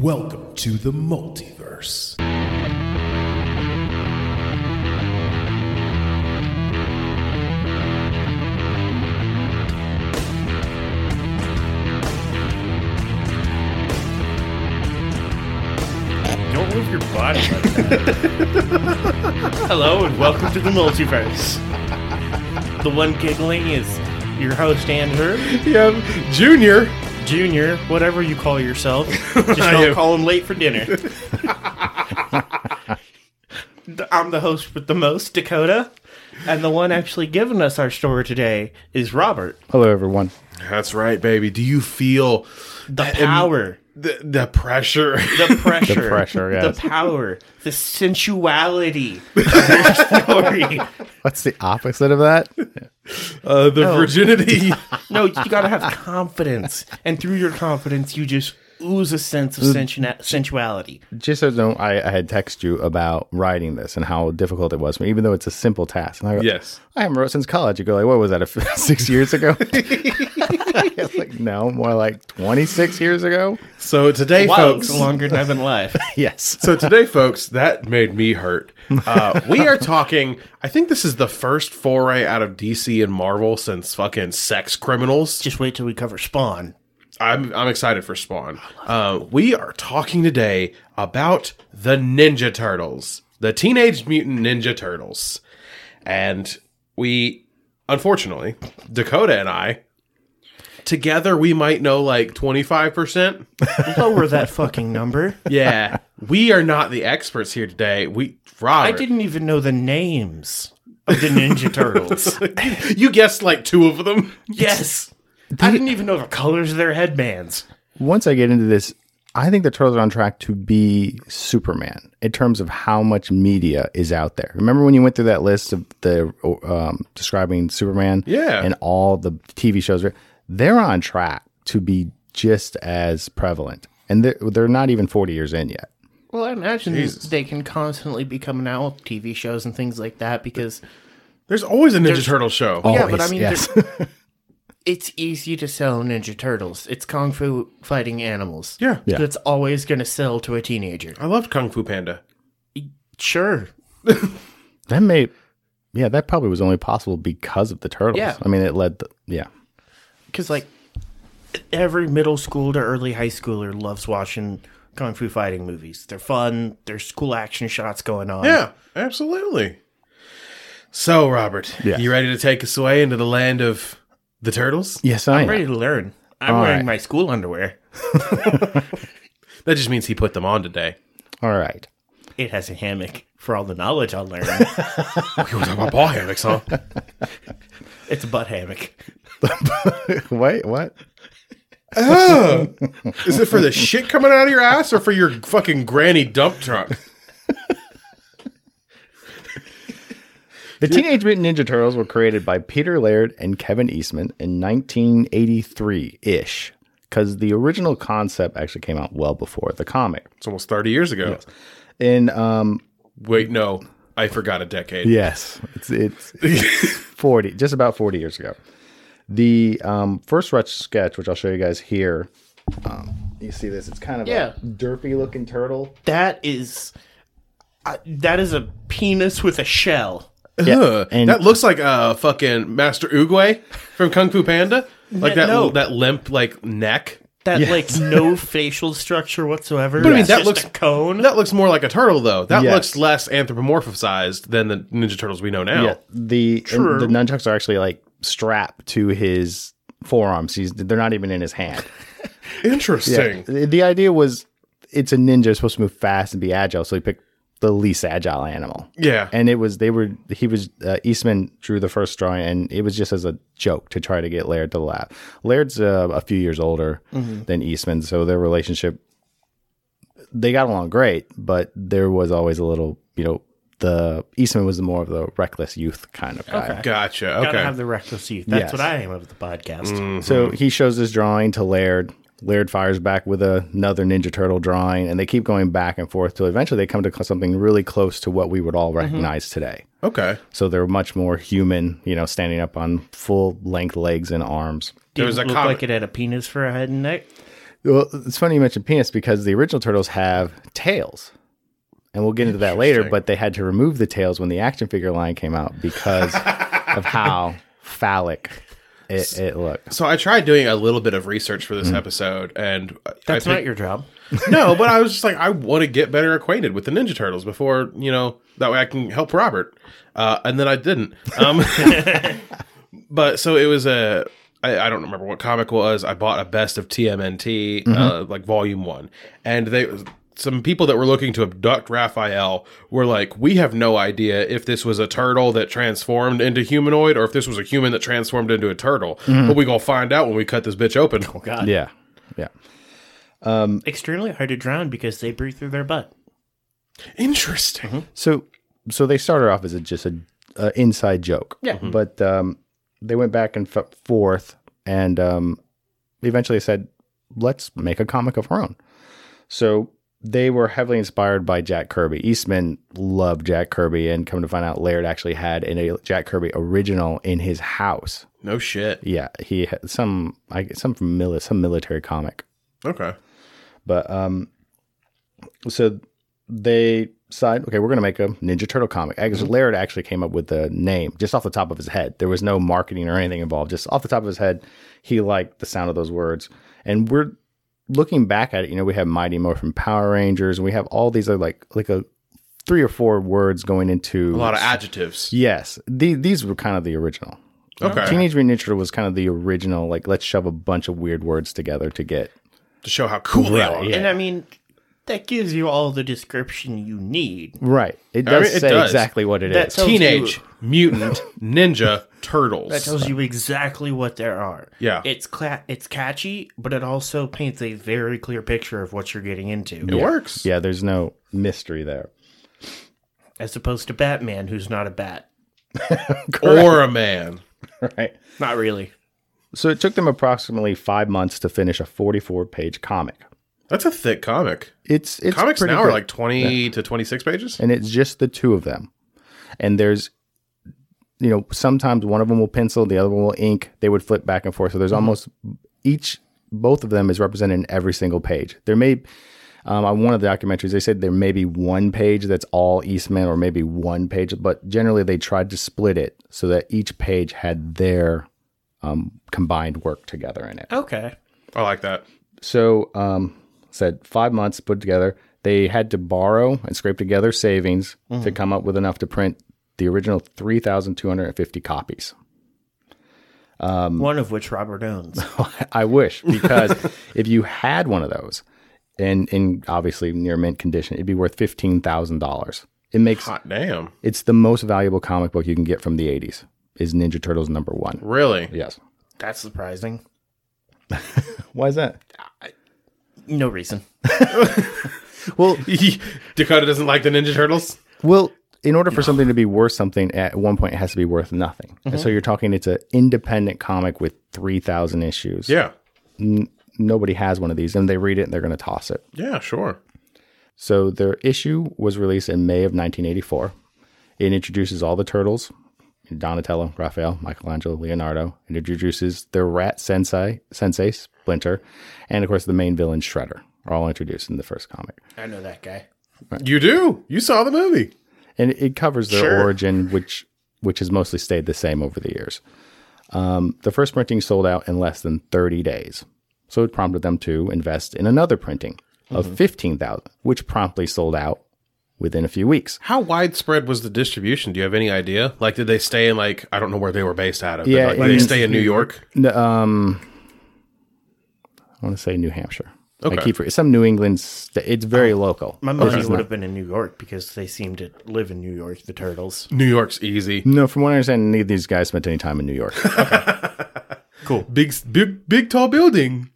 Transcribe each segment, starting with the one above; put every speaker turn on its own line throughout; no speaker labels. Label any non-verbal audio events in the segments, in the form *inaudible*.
Welcome to the multiverse.
Don't move your body. like
*laughs*
that. Hello and welcome to the multiverse. The one giggling is your host Andrew
Yeah, Junior.
Junior, whatever you call
*laughs*
yourself. Just
am.
don't call him late
*laughs*
for dinner. Th- I'm the host with the most, Dakota, and the one actually giving us our story today is Robert.
Hello, everyone.
That's right, baby. Do you feel
The power,
the, the pressure? *laughs*
the pressure,
The pressure,
the
yes.
power, the sensuality of your story.
What's the opposite of that?
Uh, the *laughs* virginity?
No, you gotta have confidence, and through your confidence, you just ooze a sense of sensua- sensuality.
Just so you know, I, I had texted you about writing this and how difficult it was, for me, even though it's a simple task. And I go,
yes.
I haven't wrote since college. You go, like, what was that, a f- *laughs* six years ago? It's like, no, more like 26 years ago.
So today,
Wow,
folks.
it's longer than I've been alive.
Yes.
So today, folks, that made me hurt. Uh, we *laughs* are talking. I think this is the first foray out of DC and Marvel since fucking Sex Criminals.
just wait till we cover Spawn.
I'm I'm excited for Spawn. Uh, we are talking today about the Ninja Turtles, the Teenage Mutant Ninja Turtles, and we, unfortunately, Dakota and I, together we might know like twenty five *laughs* percent.
Lower that fucking number.
Yeah, we are not the experts here today. We Robert,
I didn't even know the names of the Ninja Turtles.
*laughs* You guessed like two of them.
yes, I didn't even know the colors of their headbands.
Once I get into this, I think the Turtles are on track to be Superman in terms of how much media is out there. Remember when you went through that list of the um, describing Superman?
Yeah.
And all the TV shows. They're on track to be just as prevalent. And they're, they're not even 40 years in yet.
Well, I imagine they can constantly be coming out with TV shows and things like that because
*laughs* There's always a Ninja Turtle show.
Yeah, but I mean,
yes.
*laughs* it's easy to sell Ninja Turtles. It's kung fu fighting animals.
Yeah.
Yeah.
That's always going to sell to a teenager.
I loved Kung Fu Panda.
Sure.
that may, yeah, that probably was only possible because of the Turtles.
Yeah.
I mean, it led, the, yeah.
Because, like, every middle school to early high schooler loves watching kung fu fighting movies. They're fun. There's cool action shots going on.
Yeah, absolutely. So, Robert,
Yes.
you ready to take us away into the land of the turtles?
Yes, I
I'm
am.
ready to learn. I'm
All
wearing
right.
my school underwear.
That just means he put them on today.
All right.
It has a hammock for all the knowledge I'll
*laughs*
learn.
Oh, You were talking about ball hammocks, huh?
it's a butt hammock.
Wait, what?
*laughs* Is it for the shit coming out of your ass or for your fucking granny dump truck?
The Teenage Mutant Ninja Turtles were created by Peter Laird and Kevin Eastman in 1983 ish, because the original concept actually came out well before the comic.
It's almost 30 years ago.
In um,
Wait, no. I forgot a decade.
yes, it's it's, it's 40, just about 40 years ago. The um, first rush sketch, which I'll show you guys here, um, you see this? It's kind of
Yeah.
a derpy looking turtle.
That is. I that is a penis with a shell.
Ugh.
and-
that looks like uh, fucking Master Oogway from Kung Fu Panda. Like that
No.
that limp like neck.
That like no facial structure whatsoever.
But I mean,
It's
that
just
looks-
a cone.
That looks more like a turtle though. That
Yes.
looks less anthropomorphized than the Ninja Turtles we know now.
Yeah, the
True.
and the nunchucks are actually like strapped to his forearms. He's they're not even in his hand.
Interesting.
The the idea was it's a ninja supposed to move fast and be agile, so he picked the least agile animal.
Yeah.
And it was they were he was uh, Eastman drew the first drawing, and it was just as a joke to try to get Laird to laugh. Laird's uh, a few years older
Mm-hmm.
than Eastman, so their relationship they got along great, but there was always a little you know the Eastman was more of the reckless youth kind of guy.
Gotcha.
Gotta
Okay. Mm,
have the reckless youth. That's
Yes.
what I am of the podcast.
So he shows this drawing to Laird. Laird fires back with another Ninja Turtle drawing, and they keep going back and forth till eventually they come to something really close to what we would all recognize today.
okay.
So they're much more human, you know, standing up on full length legs and arms.
Did
was
it
a
look
comic-
like it had a penis for a head and neck?
Well, it's funny you mentioned penis because the original turtles have tails. And we'll get into that later,
Interesting.
but they had to remove the tails when the action figure line came out because of how phallic it, it looked.
So I tried doing a little bit of research for this episode, and I-
Mm. That's
I
not your job.
your no. But I was just like, I want to get better acquainted with the Ninja Turtles before you know that way I can help Robert. Uh, and then I didn't. Um, *laughs* but so it was a. I, I don't remember what comic was. I bought a best of TMNT, uh, like volume one, and they some people that were looking to abduct Raphael were like, "We have no idea if this was a turtle that transformed into humanoid or if this was a human that transformed into a turtle, but we gonna find out when we cut this bitch open."
God.
Yeah. Yeah.
Extremely hard to drown because they breathe through their butt.
Interesting.
So, so they started off as a, just a uh, inside joke. Yeah. But um, they went back and f- forth, and um, eventually said, "Let's make a comic of our own." So they were heavily inspired by Jack Kirby. Eastman loved Jack Kirby, and come to find out, Laird actually had an, a Jack Kirby original in his house.
No shit.
Yeah, he had some, I some from mili- some military comic.
Okay.
But um, so they decide, okay, we're going to make a Ninja Turtle comic. Actually,
Mm-hmm.
Laird actually came up with the name just off the top of his head. There was no marketing or anything involved. Just off the top of his head, he liked the sound of those words. And we're looking back at it. You know, we have Mighty Morphin Power Rangers. We have all these other like like a three or four words going into
A lot of adjectives.
Yes, the, these were kind of the original.
Okay.
Teenage Mutant Ninja Turtle was kind of the original. Like, let's shove a bunch of weird words together to get
To show how cool they are.
Right, yeah.
And I mean, that gives you all the description you need.
right. It
I mean,
does
it
say
does.
exactly what it is.
That tells
Teenage
You,
*laughs* Mutant Ninja Turtles.
that tells you exactly what there are.
Yeah.
It's cla- it's catchy, but it also paints a very clear picture of what you're getting into.
it works.
Yeah, there's no mystery there.
As opposed to Batman, who's not a bat.
Or a man.
Right.
Not really.
So it took them approximately five months to finish a 44 page comic.
That's a thick comic.
It's it's
Comics
pretty
now are
good.
like 20 to 26 pages.
and it's just the two of them. And there's, you know, sometimes one of them will pencil, the other one will ink. They would flip back and forth. So there's almost each, both of them is represented in every single page. There may, um, on one of the documentaries, they said there may be one page that's all Eastman or maybe one page, but generally they tried to split it so that each page had their um, combined work together in it
Okay.
I like that.
so um said five months put together they had to borrow and scrape together savings to come up with enough to print the original 3250 copies *laughs*
Um,
One of which Robert owns.
i wish because if you had one of those and in obviously near mint condition it'd be worth $15000 it makes
Hot damn.
it's the most valuable comic book you can get from the 80s is ninja turtles number one
Really?
yes
That's surprising.
why is that
No reason.
well
*laughs* Dakota doesn't like the Ninja Turtles.
Well, in order for something to be worth something, at one point it has to be worth nothing. And so you're talking it's an independent comic with three thousand issues.
Yeah.
Nobody has one of these, and they read it and they're going to toss it.
Yeah, sure.
So their issue was released in May of 1984. It introduces all the turtles: Donatello, Raphael, Michelangelo, Leonardo. It introduces their rat sensei, sensei Splinter, and of course the main villain Shredder are all introduced in the first comic.
I know that guy.
You do. You saw the movie.
and it covers their
Sure.
origin, which which has mostly stayed the same over the years. Um, the first printing sold out in less than 30 days, so it prompted them to invest in another printing
Mm-hmm.
of 15,000, which promptly sold out within a few weeks.
How widespread was the distribution? Do you have any idea? Like, did they stay in like I don't know where they were based out of? but,
Yeah,
like,
it
did they
is-
stay in New York.
N- Um, I want to say New Hampshire. I
Okay.
keep it's some New England. St- it's very local.
Oh. My money would have been in New York because they seem to live in New York, the turtles.
New York's easy.
No, from what I understand, neither of these guys spent any time in New York.
Big, big, big tall building.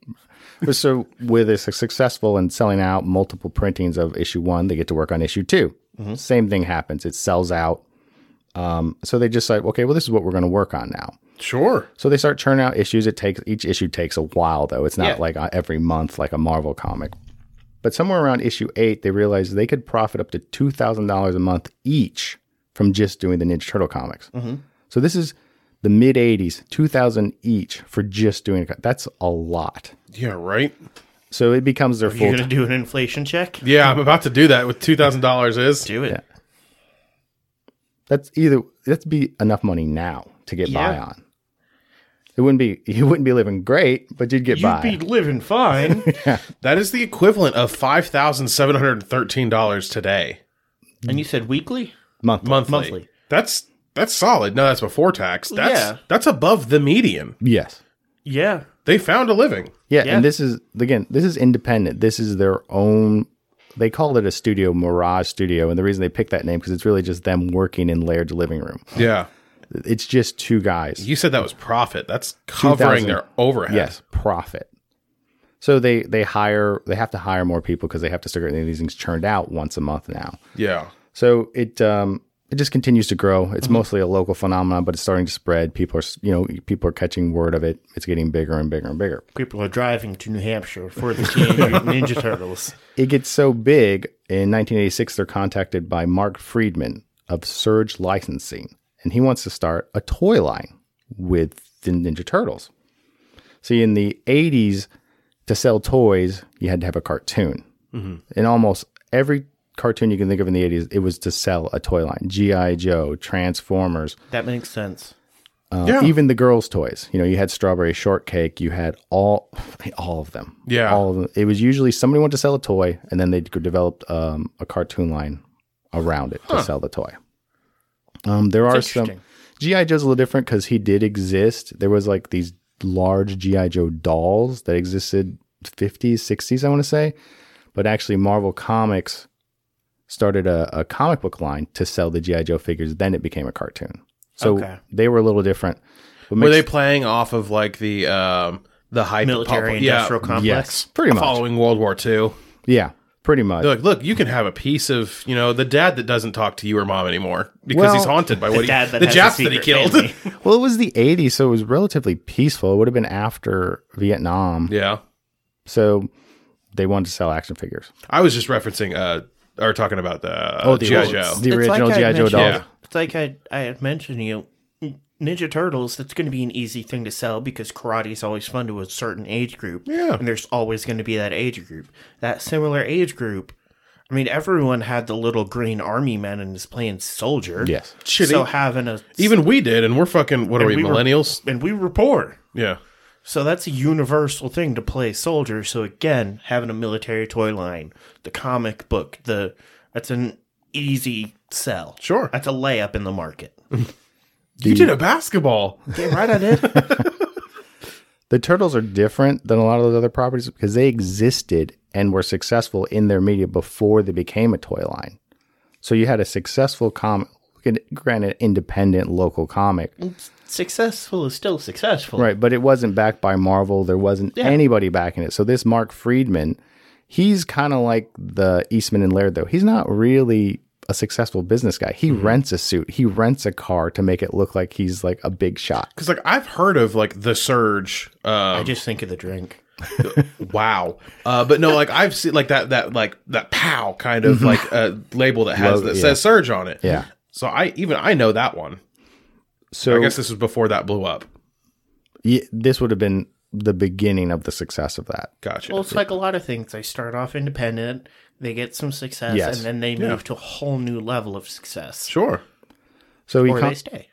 so with a su- successful and selling out multiple printings of issue one, they get to work on issue 2 Same thing happens; it sells out. Um, so they just like, okay, well, this is what we're going to work on now.
Sure.
So they start churning out issues. It takes each issue takes a while though. It's not
Yeah.
like uh, every month like a Marvel comic. But somewhere around issue eight, they realized they could profit up to two thousand dollars a month each from just doing the Ninja Turtle comics. So this is the mid '80s, two thousand each for just doing. a co- That's a lot.
Yeah. Right.
So it becomes their
You're
full.
gonna do an inflation check?
Yeah, I'm about to do that with two thousand dollars. Is
Do it.
that's either that's be enough money now to get by
Yeah.
on. It wouldn't be *laughs* you wouldn't be living great, but you'd get
You'd
by.
be living *laughs* fine.
that is the equivalent of five thousand seven hundred thirteen dollars today
and you said weekly?
month.
monthly.
Monthly.
That's that's solid. No, that's before tax. That's
Yeah.
that's above the median.
Yes.
Yeah.
They found a living.
Yeah,
Yeah.
and this is again, this is independent. This is their own. They call it a studio, Mirage Studio, and the reason they picked that name because it's really just them working in Laird's living room.
Yeah.
It's just two guys.
You said that was profit. That's covering
2,000.
their overhead.
Yes, profit. So they they hire they have to hire more people because they have to start getting these things churned out once a month now.
Yeah.
So it um, it just continues to grow. It's mostly a local phenomenon, but it's starting to spread. People are s- you know people are catching word of it. It's getting bigger and bigger and bigger.
People are driving to New Hampshire for the Teenage *laughs* Mutant Ninja Turtles.
It gets so big in 1986 they're contacted by Mark Friedman of Surge Licensing, and he wants to start a toy line with the Ninja Turtles. See, in the 80s, to sell toys, you had to have a cartoon. In almost every cartoon you can think of in the 80s, it was to sell a toy line. G.I. Joe, Transformers,
That makes sense.
Uh,
Yeah.
Even the girls' toys. You know, you had strawberry shortcake. You had all, *laughs* all of them.
Yeah.
all of them. It was usually somebody wanted to sell a toy, and then they developed um, a cartoon line around it to sell the toy. Um, there are some
interesting.
GI Joe's a little different because he did exist. There was like these large GI Joe dolls that existed 50s, 60s, I want to say, but actually Marvel Comics started a, a comic book line to sell the GI Joe figures. Then it became a cartoon. So
Okay.
they were a little different. But
Were
makes-
they playing off of like the um the hype
Military
pop- yeah,
industrial complex.
yes, pretty much.
following World War II?
Yeah, pretty much.
They're like, look, you can have a piece of, you know, the dad that doesn't talk to you or mom anymore because
Well-
he's haunted by what he,
dad that
the
has a
Japs that he
secret
killed.
family.
Well, it was the 80s, so it was relatively peaceful. It would have been after Vietnam.
*laughs* yeah.
So they wanted to sell action figures.
I was just referencing, uh, or talking about the, uh,
Oh, the
G.I.
old-
Joe.
the- original
I
G.I. Joe
mentioned-
dolls. Yeah.
It's like I, I had mentioned, you know, N- Ninja Turtles, that's going to be an easy thing to sell because karate is always fun to a certain age group.
Yeah.
And there's always going to be that age group. That similar age group. I mean, everyone had the little green army man and is playing soldier.
Yes.
Shitty.
So having a.
Even we did, and we're fucking, what are we,
we were-
millennials?
And we were poor.
yeah.
So that's a universal thing to play soldier. So again, having a military toy line, the comic book, the that's an easy sell.
Sure.
that's a layup in the market.
you did a basketball. *laughs*
Yeah, right, I did.
The turtles are different than a lot of those other properties because they existed and were successful in their media before they became a toy line. So you had a successful comic, granted, independent local comic,
*laughs* successful is still successful.
right? But it wasn't backed by Marvel. There wasn't anybody backing it. So this Mark Friedman, he's kind of like the Eastman and Laird, though. He's not really a successful business guy. He rents a suit, he rents a car to make it look like he's like a big shot.
Cause like, I've heard of like the surge, uh,
*laughs*
I just think of the drink.
wow uh but no like i've seen like that that like that pow kind of like uh, label that has
Logo,
that
Mm-hmm. yeah.
says surge on it
Yeah.
so i even i know that one
So
i guess this was before that blew up
Ye- this would have been the beginning of the success of that.
gotcha
Well, it's like a lot of things. They start off independent, they get some success,
Yes.
and then they move to a whole new level of success,
sure
So he
or
con-
they stay.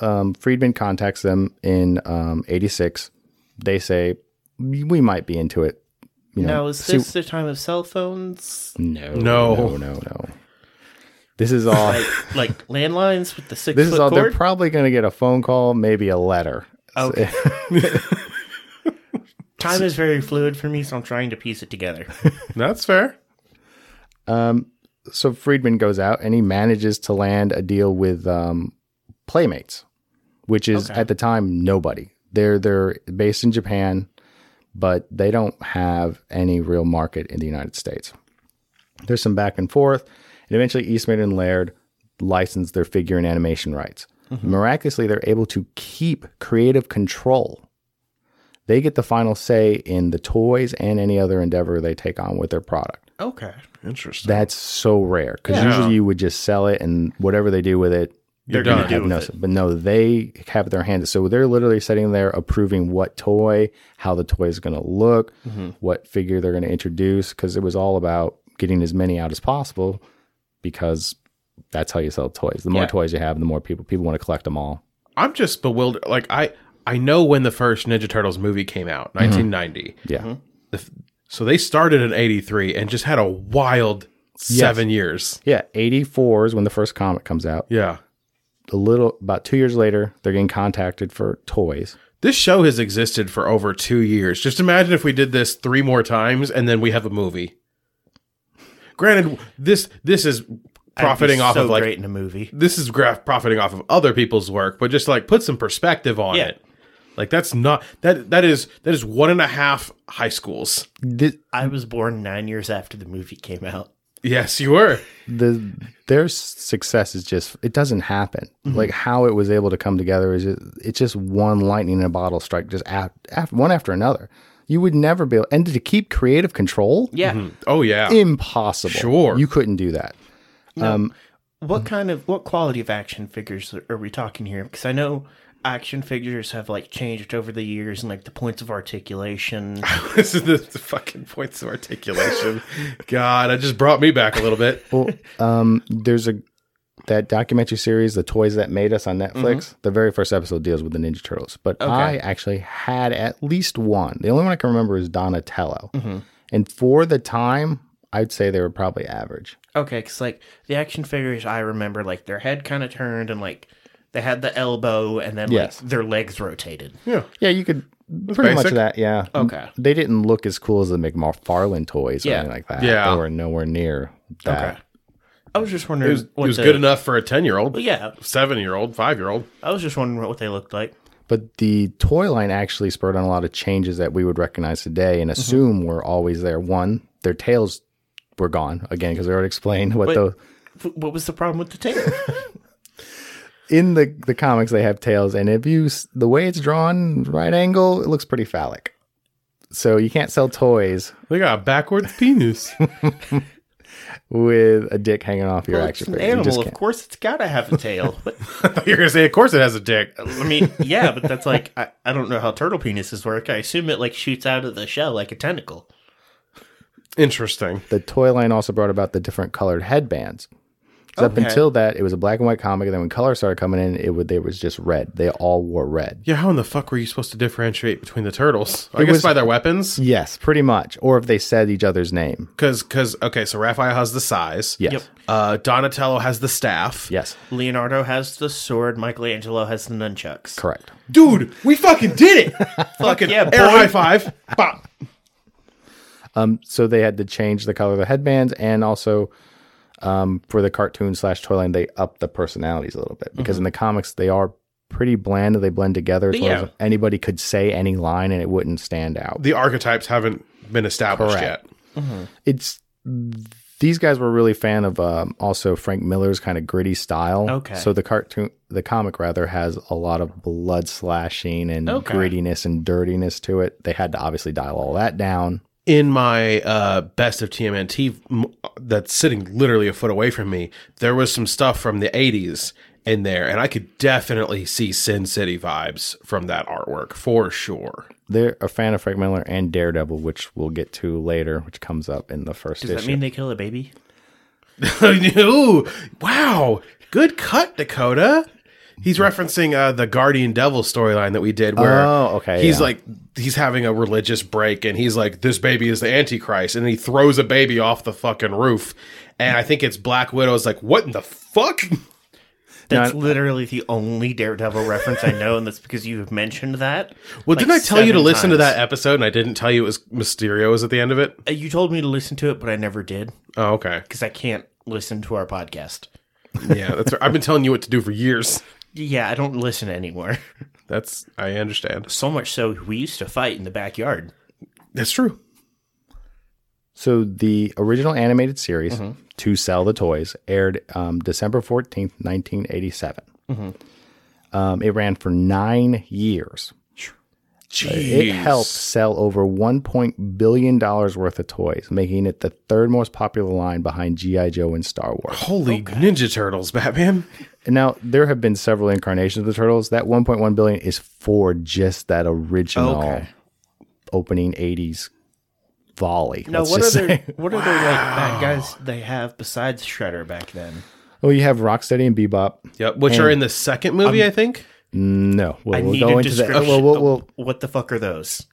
um, Friedman contacts them in um, '86. They say we might be into it. You know,
Now, is
see-
this the time of cell
*laughs*
phones,
no,
No.
no, no, no. This
*laughs*
is all.
like like landlines with the six
this
foot
is all. They're
cord?
probably going to get a phone call, maybe a letter.
Okay. Time is very fluid for me, so I'm trying to piece it
*laughs*
together.
that's fair
so Friedman goes out and he manages to land a deal with um, Playmates, which is at the time nobody. They're they're based in Japan, but they don't have any real market in the United States. There's some back and forth, and eventually Eastman and Laird license their figure and animation rights. Miraculously, they're able to keep creative control. They get the final say in the toys and any other endeavor they take on with their product.
Okay.
interesting
That's so rare because usually you would just sell it and whatever they do with it,
they're
done.
going to
Have
do
have
with
no,
it.
but no, they have their hands. So they're literally sitting there approving what toy, how the toy is going to look,
Mm-hmm.
what figure they're going to introduce, because it was all about getting as many out as possible, because that's how you sell toys. The more
Yeah.
toys you have, the more people people want to collect them all.
I'm just bewildered. Like I, I know when the first Ninja Turtles movie came out,
Mm-hmm.
1990.
Yeah,
The f- So they started in 83 and just had a wild seven years.
yeah. Eighty four is when the first comic comes out.
Yeah.
A little about two years later, they're getting contacted for toys.
This show has existed for over two years. Just imagine if we did this three more times and then we have a movie. Granted, this this is
That'd be
profiting off
so
of like
great in a movie.
this is graph profiting off of other people's work, but just like put some perspective on
Yeah.
it. Like that's not that that is that is one and a half high schools.
Thi-
I was born nine years after the movie came out.
Yes, you were.
the their success is just it doesn't happen like how it was able to come together is just, it's just one lightning in a bottle strike just af af one after another you would never be able and to keep creative control
Yeah.
Oh yeah.
impossible
Sure.
you couldn't do that
What kind of what quality of action figures are we talking here? Because I know action figures have like changed over the years and like the points of
*laughs*
articulation.
*laughs* this is the, the fucking points of
*laughs*
articulation. God, that just brought me back a little bit.
well um there's a that documentary series the toys that made us on netflix the very first episode deals with the ninja turtles but i actually had at least one the only one i can remember is donatello and for the time i'd say they were probably average
Okay, because like the action figures I remember, like their head kind of turned and like they had the elbow and then
Yes.
like their legs rotated.
Yeah.
Yeah, you could pretty much
basic.
that. Yeah.
Okay.
They didn't look as cool as the McFarlane toys or
Yeah.
anything like that.
Yeah.
They were nowhere near that.
I was just
It
wondering
was, it
what
was
the-
good enough for a ten year old,
Yeah,
seven year old, five year old.
I was just wondering what they looked like.
But the toy line actually spurred on a lot of changes that we would recognize today
Mm-hmm.
and assume were always there. One, their tails were gone again because we already explained what
But-
the
F- What was the problem with
*laughs*
the tail?
in the the comics they have tails and if you s- the way it's drawn right angle it looks pretty phallic. So you can't sell toys
They got a backwards
*laughs*
penis.
with a dick hanging off your
it's an
action figure. You just
animal. Of
can't.
course, it's got to have a tail.
*laughs*
But,
You're gonna say, of course, it has a dick.
I mean, yeah, but that's like I, I don't know how turtle penises work. I assume it like shoots out of the shell like a tentacle.
Interesting.
the toy line also brought about the different colored headbands. 'Cause Up
Okay.
until that, it was a black and white comic, and then when color started coming in, it would, they was just red. They all wore red.
Yeah, how in the fuck were you supposed to differentiate between the turtles? I guess
was-
by their weapons,
Yes, pretty much. Or if they said each other's name.
because because okay, so Raphael has the size.
Yes.
Yep.
Uh, Donatello has the staff.
Yes.
Leonardo has the sword. Michelangelo has the nunchucks.
Correct.
Dude, we fucking did
*laughs*
it. fucking
yeah,
air
boy.
high five. Bop.
So they had to change the color of the headbands, and also um, for the cartoon slash toy line, they upped the personalities a little bit
Mm-hmm.
because in the comics they are pretty bland. They blend together. as well as
Yeah.
Anybody could say any line, and it wouldn't stand out.
The archetypes haven't been established
Correct.
yet.
it's these guys were really fan of um, also Frank Miller's kind of gritty style.
Okay.
So the cartoon, the comic rather, has a lot of blood slashing and
Okay.
grittiness and dirtiness to it. They had to obviously dial all that down.
in my uh, best of TMNT m- that's sitting literally a foot away from me, there was some stuff from the 80s in there, and I could definitely see Sin City vibes from that artwork for sure. *laughs*
They're a fan of Frank Miller and Daredevil, which we'll get to later, which comes up in the first
Does that
issue.
mean they kill a baby?
Ooh, wow. Good cut, Dakota. He's
Hmm.
referencing uh, the Guardian Devil storyline that we did where
Oh, okay,
he's
yeah.
like he's having a religious break and he's like this baby is the antichrist and he throws a baby off the fucking roof and I think it's Black Widow's like what in the fuck? *laughs*
That's literally the only Daredevil reference I know, and that's because you have mentioned that.
Well,
like,
didn't I tell you to
seven
listen to
times.
that episode and I didn't tell you it was Mysterio was at the end of it?
Uh, You told me to listen to it, but I never did
Oh, okay.
because I can't listen to our podcast.
Yeah, that's right. I've been telling you what to do for years.
Yeah, I don't listen anymore. *laughs*
That's I understand.
So much so, we used to fight in the backyard.
That's true.
So the original animated series
Mm-hmm.
to sell the toys aired um, December fourteenth, nineteen
Mm-hmm.
Um, it ran for nine years. It helped sell over one point billion dollars worth of toys, making it the third most popular line behind GI Joe and Star Wars.
Holy Ninja Turtles, Batman.
And now there have been several incarnations of the turtles. That 1.1 billion is for just that original
Okay.
opening 80s volley.
Now,
let's
what are
just
their
say.
what are their like bad guys they have besides Shredder back then?
Well, oh, you have Rocksteady and Bebop.
Yep, which are in the second movie, I think.
No, we'll,
I
we'll
need
go
a
into that. Oh,
description.
Well, we'll, we'll,
what the fuck are those?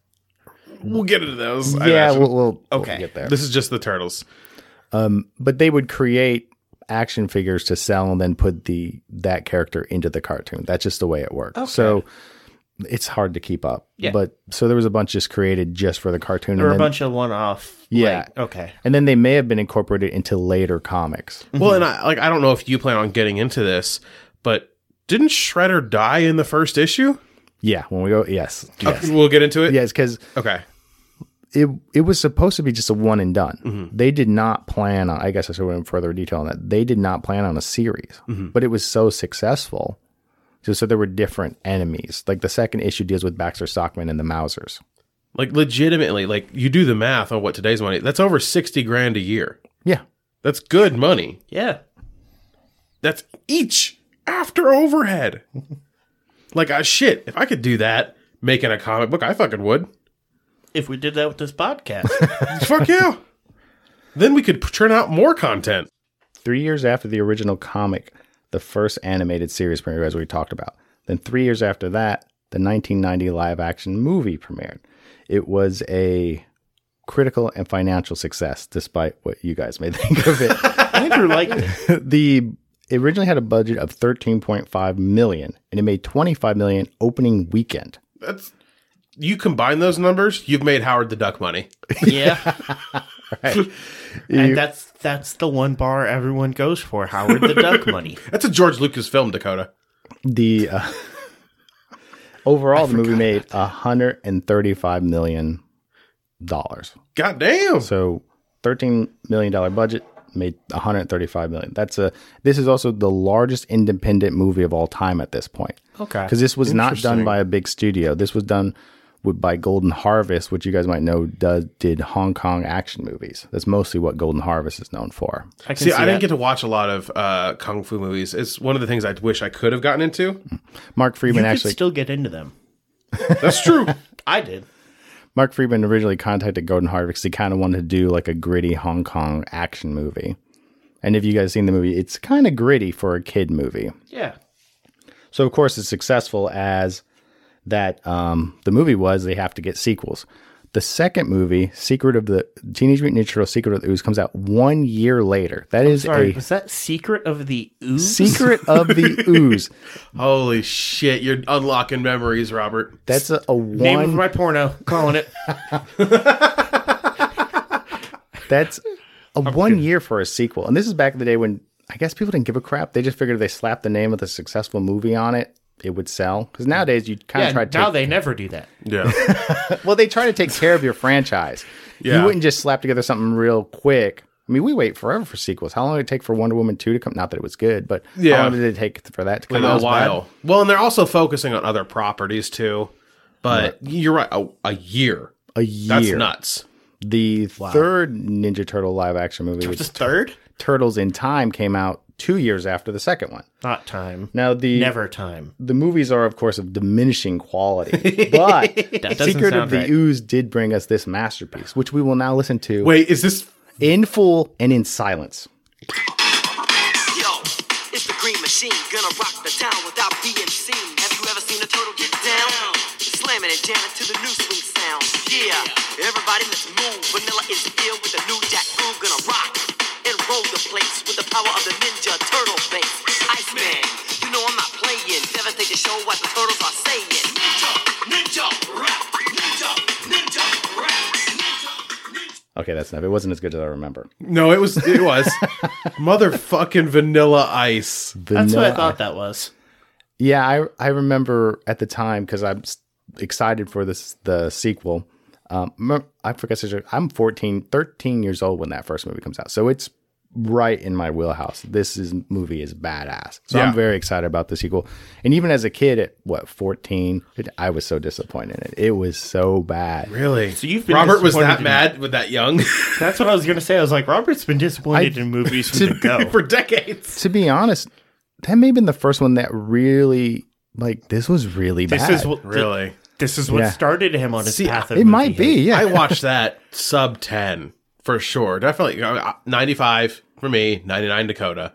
We'll get into those. I
yeah,
imagine.
we'll, we'll,
Okay.
we'll get there.
this is just the turtles.
But they would create action figures to sell and then put the that character into the cartoon. That's just the way it worked. So it's hard to keep up.
Yeah.
But so there was a bunch just created just for the cartoon.
There
and
were a
then,
bunch of one off.
Yeah.
okay.
and then they may have been incorporated into later comics.
Mm.
Well, and I like I don't know if you plan on getting into this, but didn't Shredder die in the first issue?
Yeah, when we go, yes, yes,
Okay, we'll get into it.
yes, because
Okay.
it it was supposed to be just a one and done. They did not plan on. I guess I should go in further detail on that. They did not plan on a series, but it was so successful. So, so there were different enemies. Like the second issue deals with Baxter Stockman and the Mausers.
Like legitimately, like you do the math on what today's money. That's over sixty grand a year.
Yeah,
That's good money.
Yeah.
That's each after overhead. *laughs* like I shit, if I could do that making a comic book, I fucking would.
If we did that with this podcast, *laughs*
Fuck yeah. Then we could p- churn out more content.
three years after the original comic, the first animated series premiered, as we talked about. Then three years after that, the 1990 live action movie premiered. It was a critical and financial success, despite what you guys may *laughs* think of it.
Andrew liked
*laughs*
it.
the it originally had a budget of 13.5 million and it made 25 million opening weekend
That's you combine those numbers, you've made Howard the Duck money.
Yeah.
You-
And that's that's the one bar everyone goes for, Howard the
*laughs*
Duck money.
That's a George Lucas film, Dakota.
the uh, *laughs* overall the movie made 135 million dollars
God damn.
so 13 million dollar budget made 135 million that's a this is also the largest independent movie of all time at this point
Okay.
because this was not done
Interesting.
by a big studio this was done with, by golden harvest which you guys might know does, did hong kong action movies that's mostly what golden harvest is known for
I can
See, I didn't
that.
get to watch a lot of uh, kung fu movies. It's one of the things I wish I could have gotten into.
mark
You
friedman
could
actually
still get into them.
That's *laughs* true.
I did.
mark friedman originally contacted golden harvest he kind of wanted to do like a gritty hong kong action movie and if you guys seen the movie it's kind of gritty for a kid movie
Yeah.
So of course, as successful as that um, the movie was, they have to get sequels. The second movie, Secret of the Teenage Mutant Ninja Turtles: Secret of the Ooze, comes out one year later. That is
Sorry,
a
was that Secret of the Ooze?
Secret
*laughs*
of the Ooze.
Holy shit, you're unlocking memories, Robert.
That's a, a
Name of
one.
my porno. Calling
*laughs*
it.
that's a one year for a sequel. And this is back in the day when I guess people didn't give a crap. They just figured if they slapped the name of the successful movie on it, it would sell. Because nowadays you kind of
Yeah,
try to
now
take
they never do that.
Yeah.
Well, they try to take care of your franchise.
Yeah.
You wouldn't just slap together something real quick. I mean, we wait forever for sequels. How long did it take for Wonder Woman 2 to come? Not that it was good, but
Yeah.
how long did it take for that to come
In
out? It
a
was
while. Well, and they're also focusing on other properties too. But you're right. A, a year.
bad. A year.
That's nuts.
The third Ninja Turtle live action movie,
The
was
third?
Turtles in Time, came out two years after the second one.
Not time.
Now, the
Never time.
the movies are, of course, of diminishing quality,
*laughs*
but
doesn't
Secret of
sound
the
right.
Ooze did bring us this masterpiece, which we will now listen to
Wait, is this
in full and in silence.
Yo, it's the green machine, gonna rock the town without being seen. Have you ever seen a turtle get down? Slamming and jamming to the new swing sound. Yeah, everybody let's move. Vanilla is filled with the new jack groove, gonna rock and roll the place with the power of the ninja turtle face. Iceman, you know I'm not playing. Devastate the show what the turtles are saying. Ninja, ninja, rap, ninja, ninja, rap, ninja, ninja.
Okay, that's enough. It wasn't as good as I remember.
No, it was it was motherfucking vanilla ice.
That's what I
Vanilla-
thought that was.
Yeah, I I remember at the time because I'm s- excited for this the sequel. Um, m- I forget. to- I'm 14, 13 years old when that first movie comes out, so it's right in my wheelhouse. This is movie is badass, so
Yeah.
I'm very excited about the sequel. And even as a kid at what 14, it- I was so disappointed in it. It was so bad.
Really? So
you've been
Robert was that
disappointed in-
mad *laughs* with that young
That's
*laughs*
what I was going to say. I was like, Robert's been disappointed in movies from the go.
for decades.
To be honest, that may have been the first one that really like this was really
This
bad.
is what
Really?
This is what
Yeah.
started him on his
See,
path. Of
it
movie
might
hate.
be,
*laughs*
yeah.
I watched that sub 10 for sure. Definitely uh, 95 for me, 99 Dakota.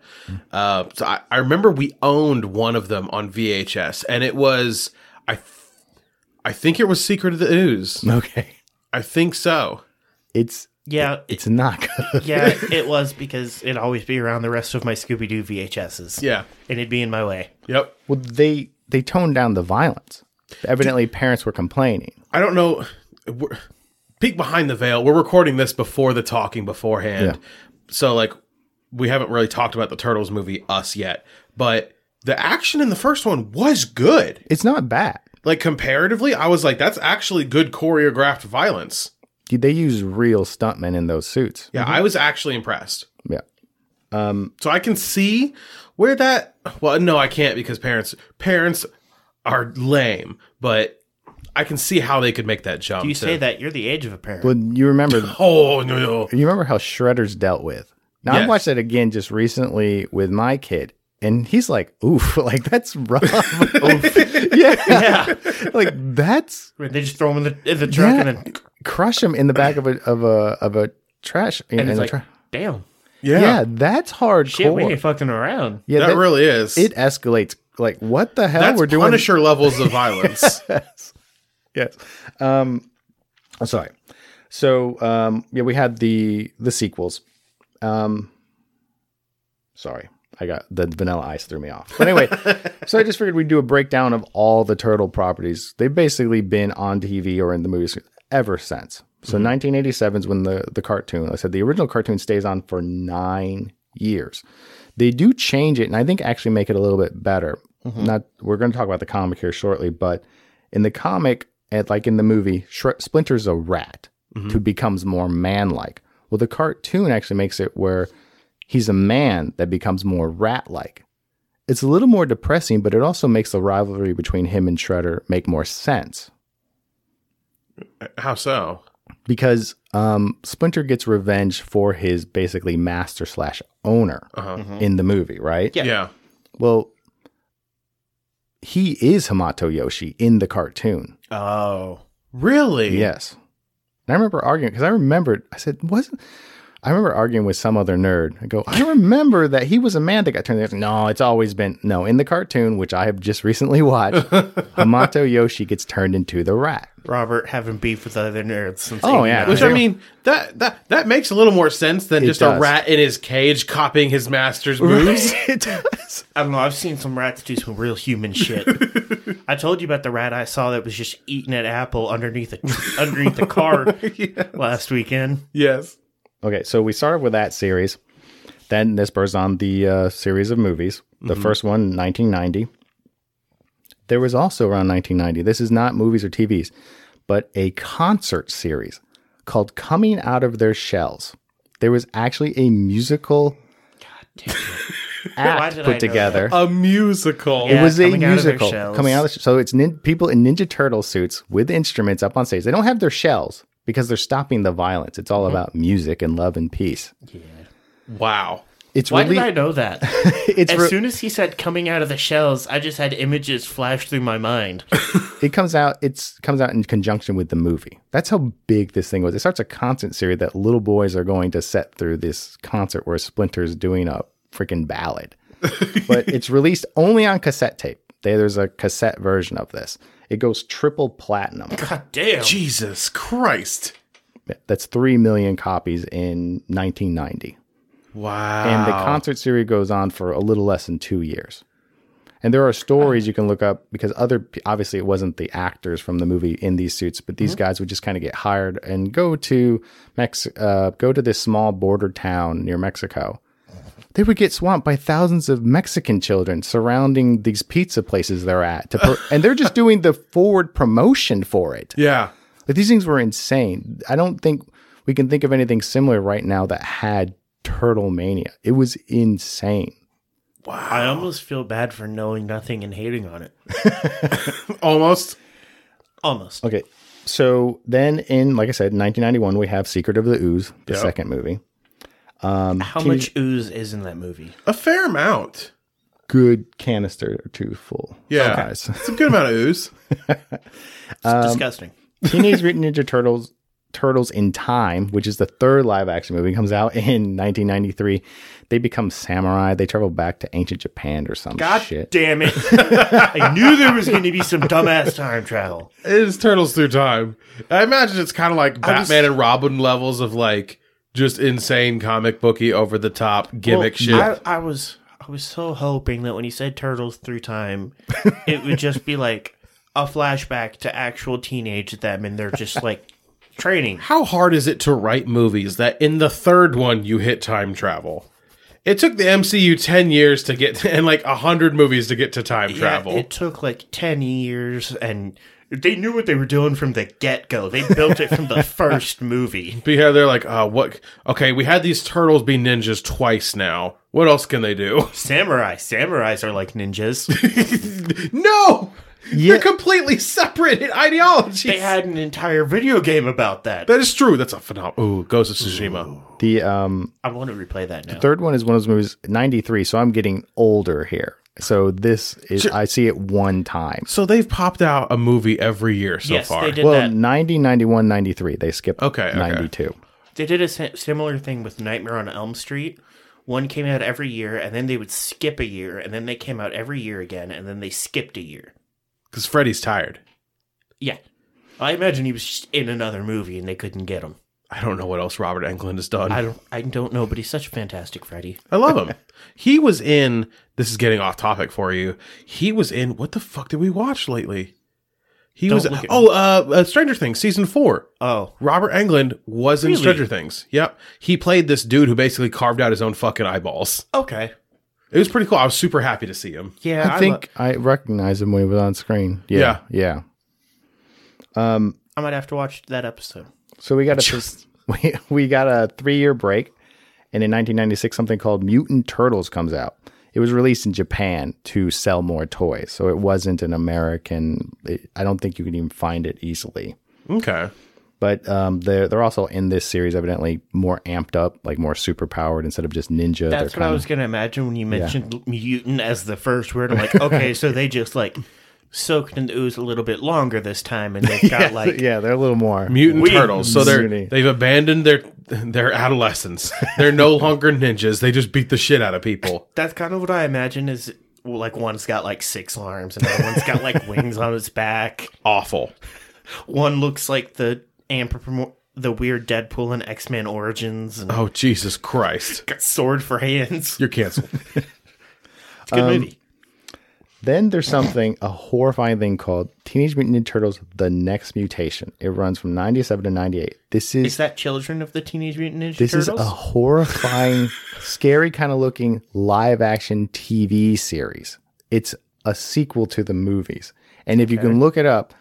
Uh, so I, I remember we owned one of them on VHS, and it was, I, th- I think it was Secret of the Ooze.
*laughs* okay,
I think so.
it's
Yeah,
it's not good. *laughs*
yeah, it was because it'd always be around the rest of my Scooby Doo VHSs.
Yeah.
and it'd be in my way.
Yep.
Well, they they toned down the violence. Evidently, parents were complaining.
I don't know. We're, peek behind the veil. We're recording this before the talking beforehand, so like we haven't really talked about the Turtles movie us yet. But the action in the first one was good.
It's not bad.
Like comparatively, I was like, that's actually good choreographed violence.
Dude, They use real stuntmen in those suits.
Yeah,
Mm-hmm.
I was actually impressed.
Yeah.
So I can see where that. Well, no, I can't because parents parents are lame, but. I can see how they could make that jump.
You
to-
say that you're the age of a parent.
Well, you remember
*coughs* Oh no, no.
you remember how Shredder's dealt with. Now I
Yes.
watched that again just recently with my kid, and he's like, "Oof, *laughs* like that's rough." Oof. *laughs* Yeah. like that's
they just throw him in the, in the truck
yeah.
and then
crush him in the back of a of a of a trash. in-
and
in
it's
a
like,
tra-
damn,
yeah. that's hardcore.
shit, we ain't fucking around.
yeah,
that,
that-
really is.
it escalates. Like what the hell
That's
we're doing? *laughs*
Punisher levels of violence.
Yes. Um, I'm sorry. So um, yeah, we had the the sequels. Um, sorry, I got the Vanilla Ice threw me off. But anyway, so I just figured we'd do a breakdown of all the Turtle properties. They've basically been on TV or in the movies ever since. So 1987 is when the the cartoon. I said the original cartoon stays on for nine years. They do change it, and I think actually make it a little bit better. Not we're going to talk about the comic here shortly, but in the comic and like in the movie Shre- splinter's a rat who becomes more man-like well the cartoon actually makes it where he's a man that becomes more rat-like it's a little more depressing but it also makes the rivalry between him and shredder make more sense
How so?
because um, splinter gets revenge for his basically master slash owner in the movie right
Uh-huh. Yeah.
Mm-hmm. Yeah.
well he is hamato yoshi in the cartoon
Oh,
Really?
Yes. And I remember arguing because I remembered, I said, wasn't. I remember arguing with some other nerd. I go, I remember that he was a man that got turned. They go, No, it's always been no. In the cartoon, which I have just recently watched, Hamato Yoshi gets turned into the rat.
Robert having beef with other nerds since.
Oh, yeah.
89.
Which I mean, that that that makes a little more sense than
It
just a
does.
rat in his cage copying his master's
*laughs*
moves.
it does.
I don't know. I've seen some rats do some real human shit. I told you about the rat I saw that was just eating an apple underneath a, underneath the car last weekend.
yes.
Okay, so we started with that series. Then this burst on the uh, series of movies.
Mm-hmm.
The first one, 1990. There was also around 1990. This is not movies or TVs, but a concert series called "Coming Out of Their Shells." There was actually a musical
*laughs* Why
act
did I know
put
that? Oh,
together.
A musical.
Yeah.
It was a
Coming Out of Their
musical
Shells.
coming out of the so it's nin- people in Ninja Turtle suits with instruments up on stage. They don't have their shells because they're stopping the violence. It's all
Mm-hmm.
about music and love and peace.
Wow.
It's
Why
really
did I know that?
*laughs* it's
as
re-
soon as he said coming out of the shells, I just had images flash through my mind.
it comes out it's comes out in conjunction with the movie that's how big this thing was it starts a concert series that little boys are going to set through this concert where splinter's doing a
*laughs*
freaking ballad but it's released only on cassette tape There- there's a cassette version of this it goes triple platinum
God damn.
Jesus Christ.
that's 3 million copies in 1990
Wow.
and the concert series goes on for a little less than two years. And there are stories you can look up because other p- obviously it wasn't the actors from the movie in these suits, but these guys would just kind of get hired and go to Mex, uh, go to this small border town near Mexico. They would get swamped by thousands of Mexican children surrounding these pizza places they're at, to pro- and they're just doing the forward promotion for it.
yeah.
Like these things were insane. I don't think we can think of anything similar right now that had Turtle Mania. It was insane.
I almost feel bad for knowing nothing and hating on it.
Almost.
Almost.
Okay. So then in like I said, 1991 we have Secret of the Ooze, the
Yeah.
second movie.
How much ooze is in that movie?
A fair amount.
good canister or two full.
Yeah. *laughs*
guys.
It's a good amount of ooze.
Disgusting.
Teenage Mutant Ninja Turtles Turtles in Time, which is the third live action movie, comes out in 1993. They become samurai. They travel back to ancient Japan or some
God
shit.
damn it. I knew there was going to be some dumbass time travel.
It is Turtles Through Time. I imagine it's kind of like
I was-
Batman and Robin levels of like just insane comic booky over the top gimmick shit.
Well, I, I was I was so hoping that when he said turtles through time, it would just be like a flashback to actual teenage them, and they're just like training.
How hard is it to write movies that in the third one you hit time travel? It took the MCU 10 years to get *laughs* and like 100 movies to get to time travel.
Yeah, it took like ten years, and they knew what they were doing from the get go. They built it from the first movie.
But yeah, they're like, uh, what? Okay, we had these turtles be ninjas twice now. What else can they do? *laughs*
Samurai, samurais are like ninjas.
no!
Yeah.
They're completely separate in ideologies. *laughs*
they had an entire video game about that.
that is true. That's a phenomenal. Ooh, Ghost of Tsushima.
The um
I want to replay that now.
third one is one of those movies 93, so I'm getting older here. So this is I see it one time.
So they've popped out a movie every year so
yes,
far.
they did
Well,
that.
90, 91, 93. They skipped
Okay, okay.
92.
They did a si- similar thing with Nightmare on Elm Street. One came out every year, and then they would skip a year, and then they came out every year again, and then they skipped a year.
Because Freddy's tired.
Yeah. I imagine he was just in another movie and they couldn't get him.
I don't know what else Robert Englund has done.
I don't, I don't know, but he's such a fantastic Freddy.
I love him. he was in. This is getting off topic for you. He was in. What the fuck did we watch lately? He
Don't
was.
look at-
Oh, uh, uh, Stranger Things season four.
Oh,
Robert Englund was in
Really?
Stranger Things. Yep, he played this dude who basically carved out his own fucking eyeballs.
okay.
It was pretty cool. I was super happy to see him.
Yeah,
I think I recognize him when he was on screen. Yeah. Yeah.
I might have to watch that episode.
So
*laughs*
we got a *laughs* we, we got a three year break, and in 1996, something called Mutant Turtles comes out. It was released in Japan to sell more toys, so it wasn't an American. It, I don't think you can even find it easily.
Okay,
But um, they're they're also in this series evidently more amped up, like more superpowered instead of just ninja. they're
That's what I was going to imagine when you mentioned mutant as the first word. I'm like, okay, so they just like soaked in the ooze a little bit longer this time,
*laughs*
and they've got like
yeah, they're a little more
mutant
We-
turtles. So they're
Zuni.
they've abandoned their their adolescence. they're no longer ninjas. They just beat the shit out of people.
That's kind of what I imagine is well, like one's got like six arms and the other one's got
*laughs*
like wings on its back.
Awful.
One looks like the anthropomor- the weird Deadpool and X Men Origins and
Oh Jesus Christ!
got sword for hands.
You're canceled.
It's a good
Um,
movie.
Then there's something, a horrifying thing called Teenage Mutant Ninja Turtles: The Next Mutation. It runs from 97 to 98. This is
Is that Children of the Teenage Mutant Ninja
This
Turtles?
is oh. a horrifying, *laughs* scary kind of looking live action TV series. It's a sequel to the movies. And if you can look it up,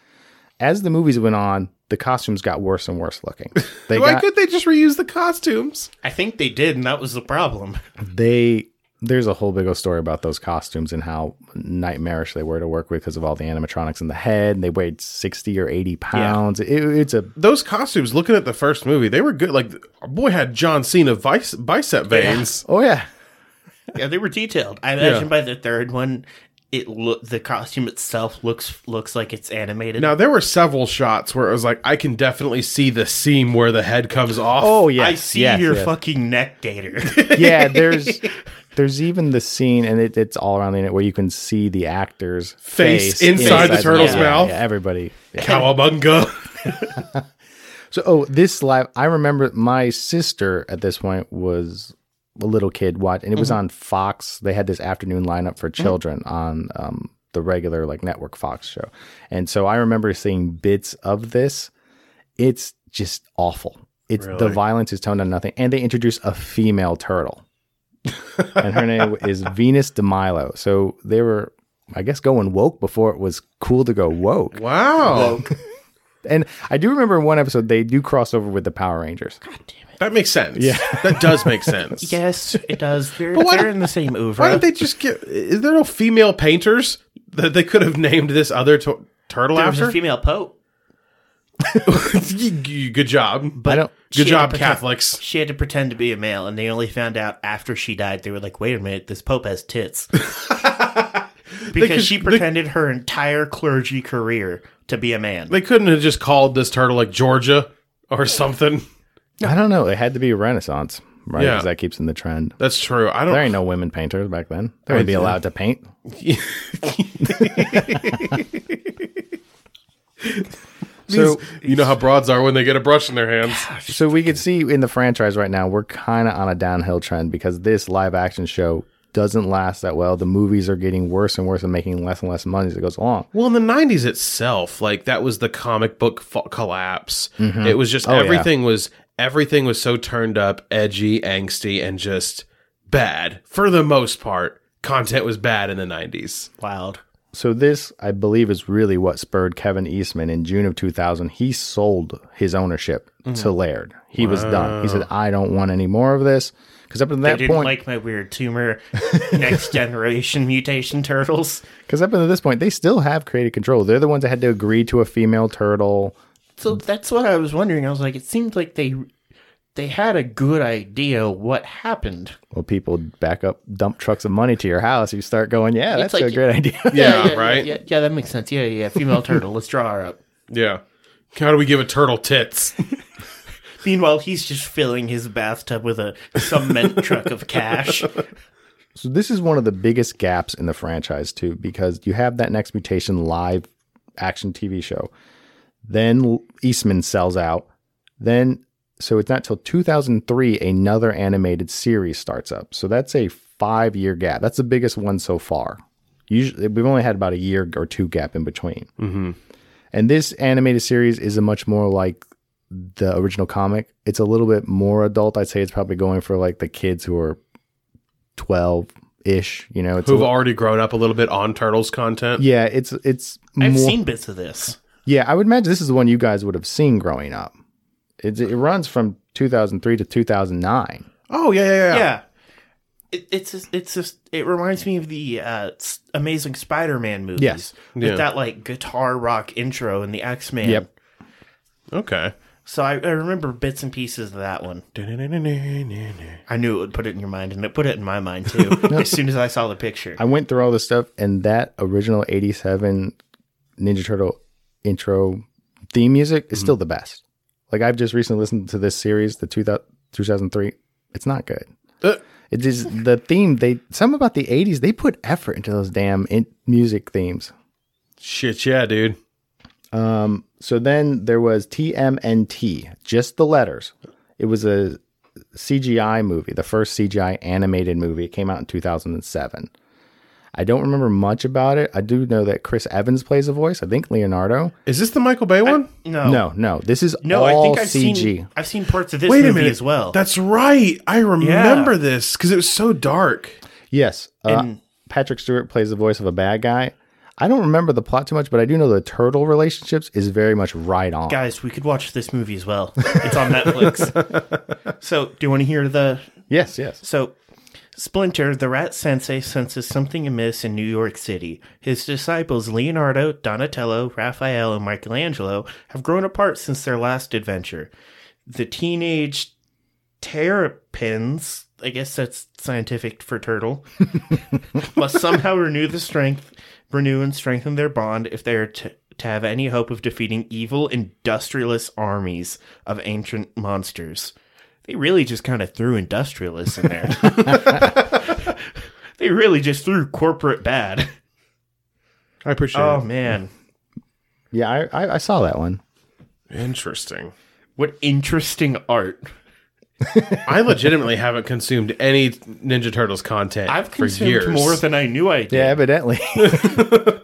as the movies went on, the costumes got worse and worse *laughs* looking. They
Why
got,
could they just reuse the costumes?
I think they did, and that was the problem.
they there's a whole big old story about those costumes and how nightmarish they were to work with because of all the animatronics in the head. They weighed 60 or 80 pounds. It, it's a
those costumes looking at the first movie they were good like our boy had john cena vice, bicep veins
oh yeah.
Yeah, they were detailed. I imagine by the third one, it lo- the costume itself looks looks like it's animated.
now there were several shots where it was like i can definitely see the seam where the head comes off
Oh yeah.
I see
yes,
your
yes.
fucking
*laughs*
neck gator.
yeah, there's there's even the scene, and it, it's all around the internet where you can see the actor's
Face inside the turtle's
yeah,
mouth.
Yeah, everybody. Yeah.
cowabunga
So, oh, this live. I remember my sister at this point was a little kid watch, and it was on Fox. They had this afternoon lineup for children on um, the regular like network Fox show, and so I remember seeing bits of this. It's just awful. It's the violence is toned down to nothing, and they introduce a female turtle, and her name is Venus de Milo. So they were, I guess, going woke before it was cool to go woke.
wow
And I do remember in one episode they do cross over with the Power Rangers.
that makes sense yeah that does make
*laughs*
sense
yes, it does. They're,
why
they're
don't-
in the same over.
why don't they just get is there no female painters that they could have named this other tu- turtle
There was
after
a female pope.
*laughs* good job
I don't.
good
she had
job
to protect-
catholics
She had to pretend to be a male, and they only found out after she died. They were like, "Wait a minute, this pope has tits." because
could- *laughs*
she
they-
pretended her entire clergy career to be a man.
They couldn't have just called this turtle like Georgia or something.
I don't know. It had to be Renaissance, right?
Yeah.
Because that keeps in the trend.
That's true. I don't.
There ain't no women painters back then. They would be allowed to paint.
so you know how broads are when they get a brush in their hands.
So we could see in the franchise right now, we're kind of on a downhill trend because this live action show doesn't last that well. The movies are getting worse and worse and making less and less money as it goes along.
Well, in the '90s itself, like that was the comic book fa- collapse. It was just everything was everything was so turned up, edgy, angsty, and just bad for the most part. Content was bad in the '90s.
Wild.
So this, I believe, is really what spurred Kevin Eastman in June of 2000. He sold his ownership
Mm-hmm.
to Laird. He was done. He said, "I don't want any more of this." Because up to
I
that
didn't
point,
like my weird tumor, next generation *laughs* mutation turtles.
because up until this point, they still have creative control. They're the ones that had to agree to a female turtle.
So that's what I was wondering. I was like, it seemed like they they had a good idea what happened.
Well, people back up dump trucks of money to your house. You start going, "Yeah, that's
It's like-
a great idea."
Yeah, right?
Yeah, yeah, that makes sense. Yeah, yeah, female turtle. Let's draw her up.
Yeah. How do we give a turtle tits?
*laughs*
*laughs*
Meanwhile, he's just filling his bathtub with a *laughs* cement truck of cash.
*laughs* So this is one of the biggest gaps in the franchise too, because you have that next mutation live action TV show. Then Eastman sells out. Then so it's not till 2003 another animated series starts up. So that's a five year gap. That's the biggest one so far. Usually we've only had about a year or two gap in between. Mm-hmm. And this animated series is a much more like the original comic. It's a little bit more adult. I'd say it's probably going for like the kids who are 12 ish. You know, it's a
Who've
li-
already grown up a little bit on turtles content.
yeah, it's it's
I've
more.
seen bits of this.
yeah, I would imagine this is the one you guys would have seen growing up. It, it runs from 2003 to 2009.
Oh yeah, yeah,
Yeah. It, it's just, it's just it reminds me of the uh, s- Amazing Spider-Man movies
Yes.
with
Yeah.
that like guitar rock intro and the X-Man.
Yep.
Okay.
So I, I remember bits and pieces of that one. I knew it would put it in your mind, and it put it in my mind too. as soon as I saw the picture,
I went through all this stuff, and that original 87 Ninja Turtle intro theme music is still the best. Like, I've just recently listened to this series, the 2000, 2003. It's not good.
Uh.
It is the theme. They some about the 80s, they put effort into those damn in, music themes.
Shit, yeah, dude.
Um, so then there was TMNT, just the letters. It was a CGI movie, the first CGI animated movie. It came out in 2007. I don't remember much about it. I do know that Chris Evans plays a voice. I think Leonardo.
Is this the Michael Bay one?
no,
No, no, this is
Oh. no.
all
I think I've
CG.
seen I've seen parts of this movie as well.
That's right. I remember this because it was so dark.
Yes. Uh, Patrick Stewart plays the voice of a bad guy. I don't remember the plot too much, but I do know the turtle relationships is very much right on.
Guys, we could watch this movie as well. It's on Netflix. so, do you want to hear the
Yes, yes.
So, Splinter, the rat sensei, senses something amiss in New York City. His disciples, Leonardo, Donatello, Raphael, and Michelangelo, have grown apart since their last adventure. The teenage terrapins, I guess that's scientific for turtle, *laughs* must somehow renew the strength, renew and strengthen their bond if they are to, to have any hope of defeating evil industrialist armies of ancient monsters. They really just kind of threw industrialists in *laughs* there. they really just threw corporate bad.
I appreciate
Oh man,
Yeah, I, I, I saw that one.
it. Interesting.
what interesting art!
I legitimately haven't consumed any Ninja Turtles content
I've
for
consumed
years.
more than I knew I did.
Yeah, evidently. *laughs*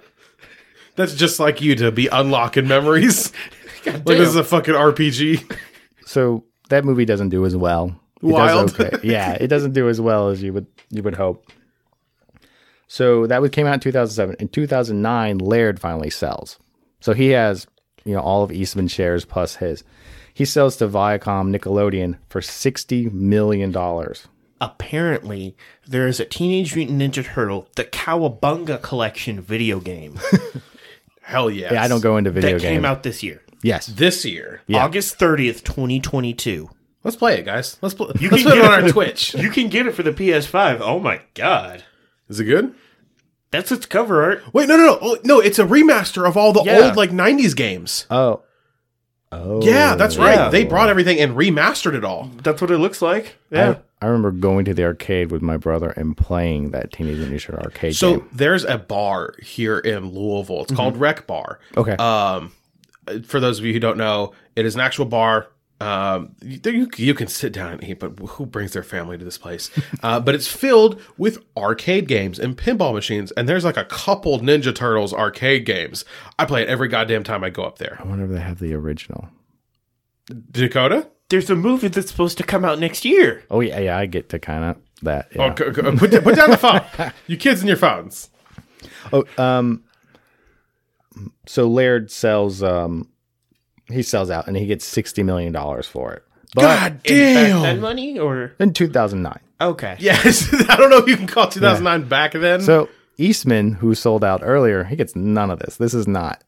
That's just like you to be unlocking
*laughs*
memories. *laughs* like this is a fucking RPG.
so that movie doesn't do as well. It does
Wild.
okay. Yeah, it doesn't do as well as you would you would hope. So that was, came out in 2007. In 2009, Laird finally sells. So he has, you know, all of Eastman shares plus his. He sells to Viacom Nickelodeon for 60 million dollars.
Apparently, there is a Teenage Mutant Ninja Turtle: The Cowabunga Collection video game
Hell yes.
Yeah, I don't go into video
that
games.
came out this year,
Yes.
this year.
August thirtieth, twenty twenty-two.
Let's play it, guys. Let's play.
You
Let's
can
put it
get
on
it.
our Twitch.
You can get it for the PS5. Oh my god!
Is it good?
That's its cover art.
Wait, no, no, no, oh, no! It's a remaster of all the
Yeah.
old like '90s games.
Oh. Oh.
Yeah, that's right.
Yeah.
They brought everything and remastered it all.
That's what it looks like. Yeah.
I, I remember going to the arcade with my brother and playing that Teenage Mutant Ninja Turtle arcade
So
game. Mm-hmm.
there's a bar here in Louisville. It's called Rec Bar.
Okay.
Um, for those of you who don't know, it is an actual bar. Um, you, you- you can sit down and eat, but who brings their family to this *laughs* place? uh, but it's filled with arcade games and pinball machines, and there's like a couple Ninja Turtles arcade games. I play it every goddamn time I go up there.
I wonder if they have the original.
Dakota,
There's a movie that's supposed to come out next year.
Oh yeah, yeah, I get to kind of that. yeah.
oh, go, go- put, put down the *laughs* phone. You kids and your phones.
Oh, um, so Laird sells, um, he sells out and he gets sixty million dollars for it. But
God
Back then
damn.
money or
in two thousand nine,
okay.
Yes, *laughs* I don't know if you can call 2009 back then.
*laughs* so Eastman, who sold out earlier, he gets none of this. This is not.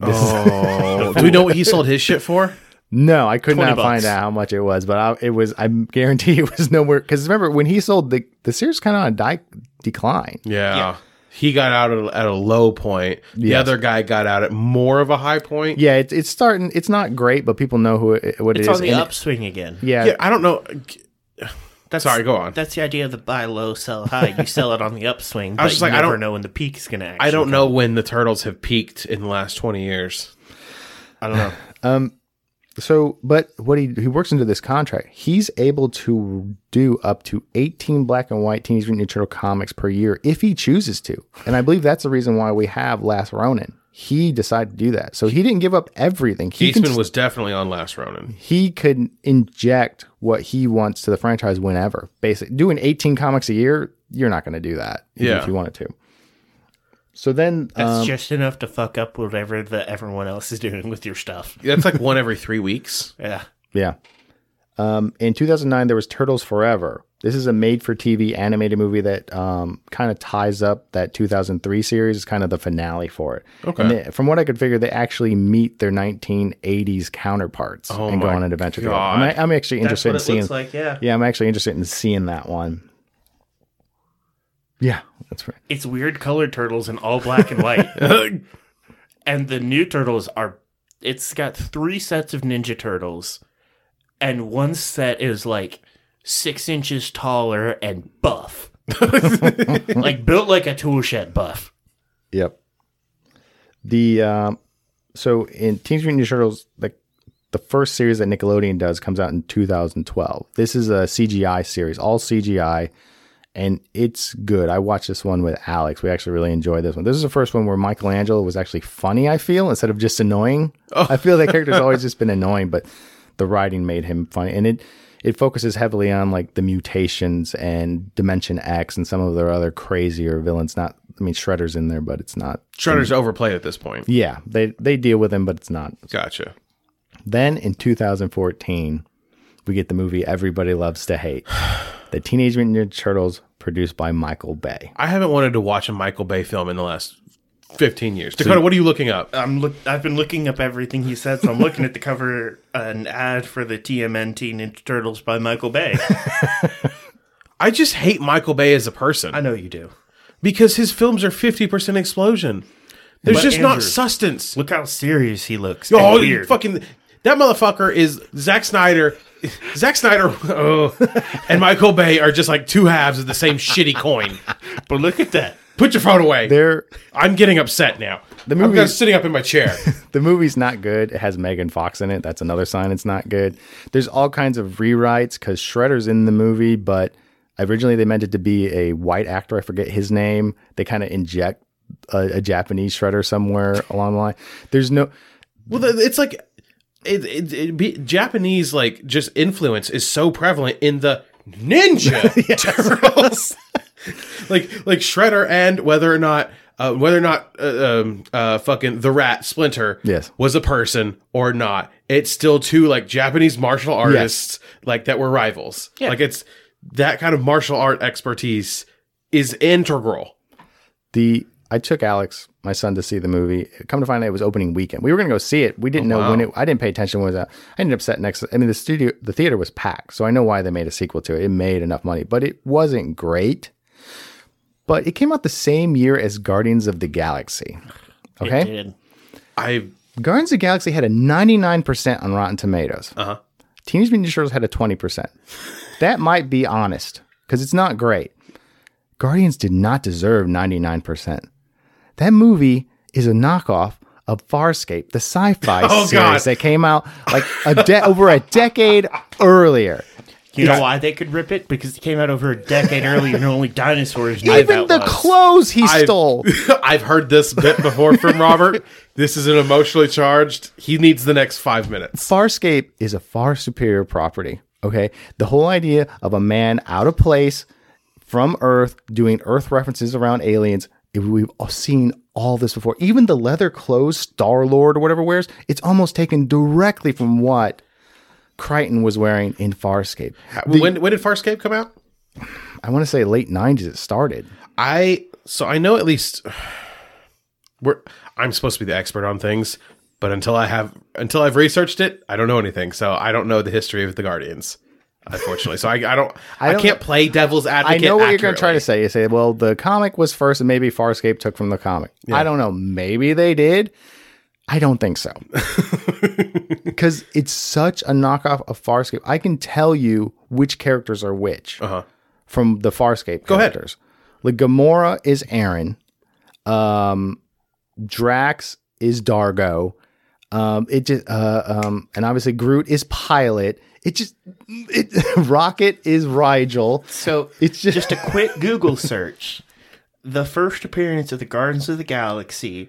This is,
Oh, *laughs* do we know what he sold his shit for?
no, I could
20
not
bucks.
find out how much it was, but I, it was. I guarantee *laughs* it was nowhere. Because remember when he sold the the series, kind of on a di- decline.
Yeah. He got out at a, at a low point. The
Yes.
other guy got out at more of a high point.
Yeah, it's it's starting. It's not great, but people know who it, what
It's
it is.
on the
and-
upswing again.
Yeah,
Yeah, I don't know. *sighs*
That's
Sorry, go on.
That's the idea of the buy low, sell high. You sell it on the upswing.
*laughs* I was
but
just
you
like, I
never
don't-
know when the peak's gonna. Actually
I don't know when the turtles have peaked in the last 20 years.
I don't know.
*laughs* So, but what he he works into this contract, he's able to do up to eighteen black and white Teenage Mutant Ninja Turtle comics per year if he chooses to, and I believe that's the reason why we have Last Ronin. He decided to do that, so he didn't give up everything. He
Eastman
can,
was definitely on Last Ronin.
he could inject what he wants to the franchise whenever. Basically, doing eighteen comics a year, you're not going to do that. even
Yeah.
if you wanted to. So then,
That's
um,
just enough to fuck up whatever the everyone else is doing with your stuff.
*laughs* That's like one every three weeks.
Yeah.
Yeah. Um, in 2009, there was Turtles Forever. This is a made-for-TV animated movie that um, kind of ties up that 2003 series. It's kind of the finale for it.
Okay.
And they- from what I could figure, they actually meet their 1980s counterparts
Oh
and go
my
on an adventure. together.
God.
I'm, a- I'm actually interested in seeing.
like.
Yeah, I'm actually interested in seeing that one. Yeah, that's right.
It's weird colored turtles in all black and
*laughs*
white, and the new turtles are. It's got three sets of Ninja Turtles, and one set is like six inches taller and
*laughs*
buff, like built like a tool shed buff.
Yep. The um, so in Teenage Mutant Ninja Turtles, like the first series that Nickelodeon does comes out in 2012. This is a CGI series, all CGI, and it's good. I watched this one with Alex. We actually really enjoyed this one. This is the first one where Michelangelo was actually funny. I feel instead of just annoying. I feel that character's always just been annoying, but the writing made him funny, and it it focuses heavily on like the mutations and Dimension X and some of their other crazier villains. Not, I mean, Shredder's in there, but it's not.
Shredder's overplayed at this point.
Yeah, they they deal with him, but it's not
Gotcha.
then in 2014, we get the movie Everybody Loves to Hate, *sighs* the Teenage Mutant Ninja Turtles, produced by Michael Bay.
I haven't wanted to watch a Michael Bay film in the last 15 years. Dakota, what are you Uh, looking up?
I'm look. I've been looking up everything he said, so I'm looking at the cover, an ad for the TMNT Ninja Turtles by Michael Bay.
I just hate Michael Bay as a person.
I know you do.
because his films are 50% explosion. There's
But
just not
Andrew-
substance.
Look how serious he looks. and
Oh, you
weird.
fucking that motherfucker is Zack Snyder. *laughs* Zack Snyder oh, and Michael Bay are just like two halves of the same shitty coin.
But look at *laughs* that.
Put your phone away.
They're,
I'm getting upset now. The movie I'm
movie-
gonna- sitting up in my chair.
the movie's not good. It has Megan Fox in it. That's another sign it's not good. There's all kinds of rewrites because Shredder's in the movie, but originally they meant it to be a white actor. I forget his name. They kind of inject a, a Japanese Shredder somewhere along the line. There's no.
well, th- it's like it, it, it be, Japanese like just influence is so prevalent in the ninja turtles. *laughs* like like Shredder and whether or not uh, whether or not uh, um, uh, fucking the rat Splinter
Yes.
was a person or not, it's still two like Japanese martial artists like that were rivals.
Yeah.
Like it's that kind of martial art expertise is integral.
the I took Alex, my son, to see the movie. Come to find out, it was opening weekend. We were going to go see it.
Oh,
We didn't know when it. I didn't pay attention when it was out. I ended up sat next. I mean, the studio, the theater was packed, so I know why they made a sequel to it. It made enough money, but it wasn't great. but it came out the same year as Guardians of the Galaxy. Okay?
It did.
I
Guardians of the Galaxy had a 99% on Rotten Tomatoes. Uh-huh. Teenage Mutant Ninja Turtles had a 20%. that might be honest because it's not great. Guardians did not deserve 99%. That movie is a knockoff of Farscape, the sci-fi
Oh,
series
God.
that came out like a de- over a decade earlier.
You know why they could rip it? Because it came out over a decade earlier and only dinosaurs knew
Even
about
the
was.
clothes he
I've-
stole.
*laughs* I've heard this bit before from *laughs* Robert. this is an emotionally charged. He needs the next five minutes.
Farscape is a far superior property. Okay. The whole idea of a man out of place from Earth doing Earth references around aliens, if we've all seen all this before. Even the leather clothes Star Lord or whatever wears, it's almost taken directly from what Crichton was wearing in Farscape.
when when did Farscape come out?
I want to say late 90s it started.
I so I know at least *sighs* we're I'm supposed to be the expert on things, but until I have until I've researched it, I don't know anything. So I don't know the history of the Guardians, unfortunately. so I, I don't *laughs* I,
don't-
can't play devil's
I
advocate.
know what you're going to try to
accurately.
say. You say, well, the comic was first, and maybe Farscape took from the comic. I don't know. Maybe they did. I don't
*laughs*
think so. Because it's such a knockoff of Farscape. I can tell you which characters are which from the Farscape
Uh-huh. Go ahead.
characters. Like Gamora is Aaron, um, Drax is Dargo. Um, it just uh, um, and obviously Groot is Pilot. It just it, *laughs* Rocket is Rigel.
So
It's just-
just a quick Google search. The first appearance of the Guardians of the Galaxy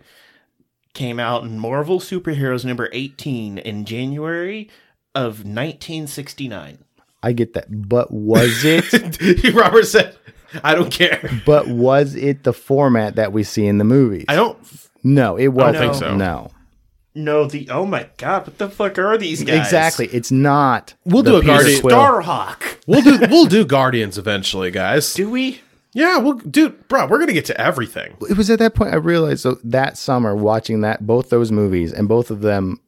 came out in Marvel Superheroes number 18 in January of 1969.
I get that. But was
*laughs*
it
Robert said, I don't care.
but was it the format that we see in the movies?
I don't
no, it wasn't.
think
so.
No.
No, the oh my god, what the fuck are these guys?
Exactly. It's not
We'll
the
do a
Peter
Guardian-
Quill.
Starhawk.
we'll do we'll do Guardians eventually, guys.
Do we?
yeah, we'll dude, bro, we're gonna get to everything.
It was at that point I realized so that summer watching that both those movies and both of them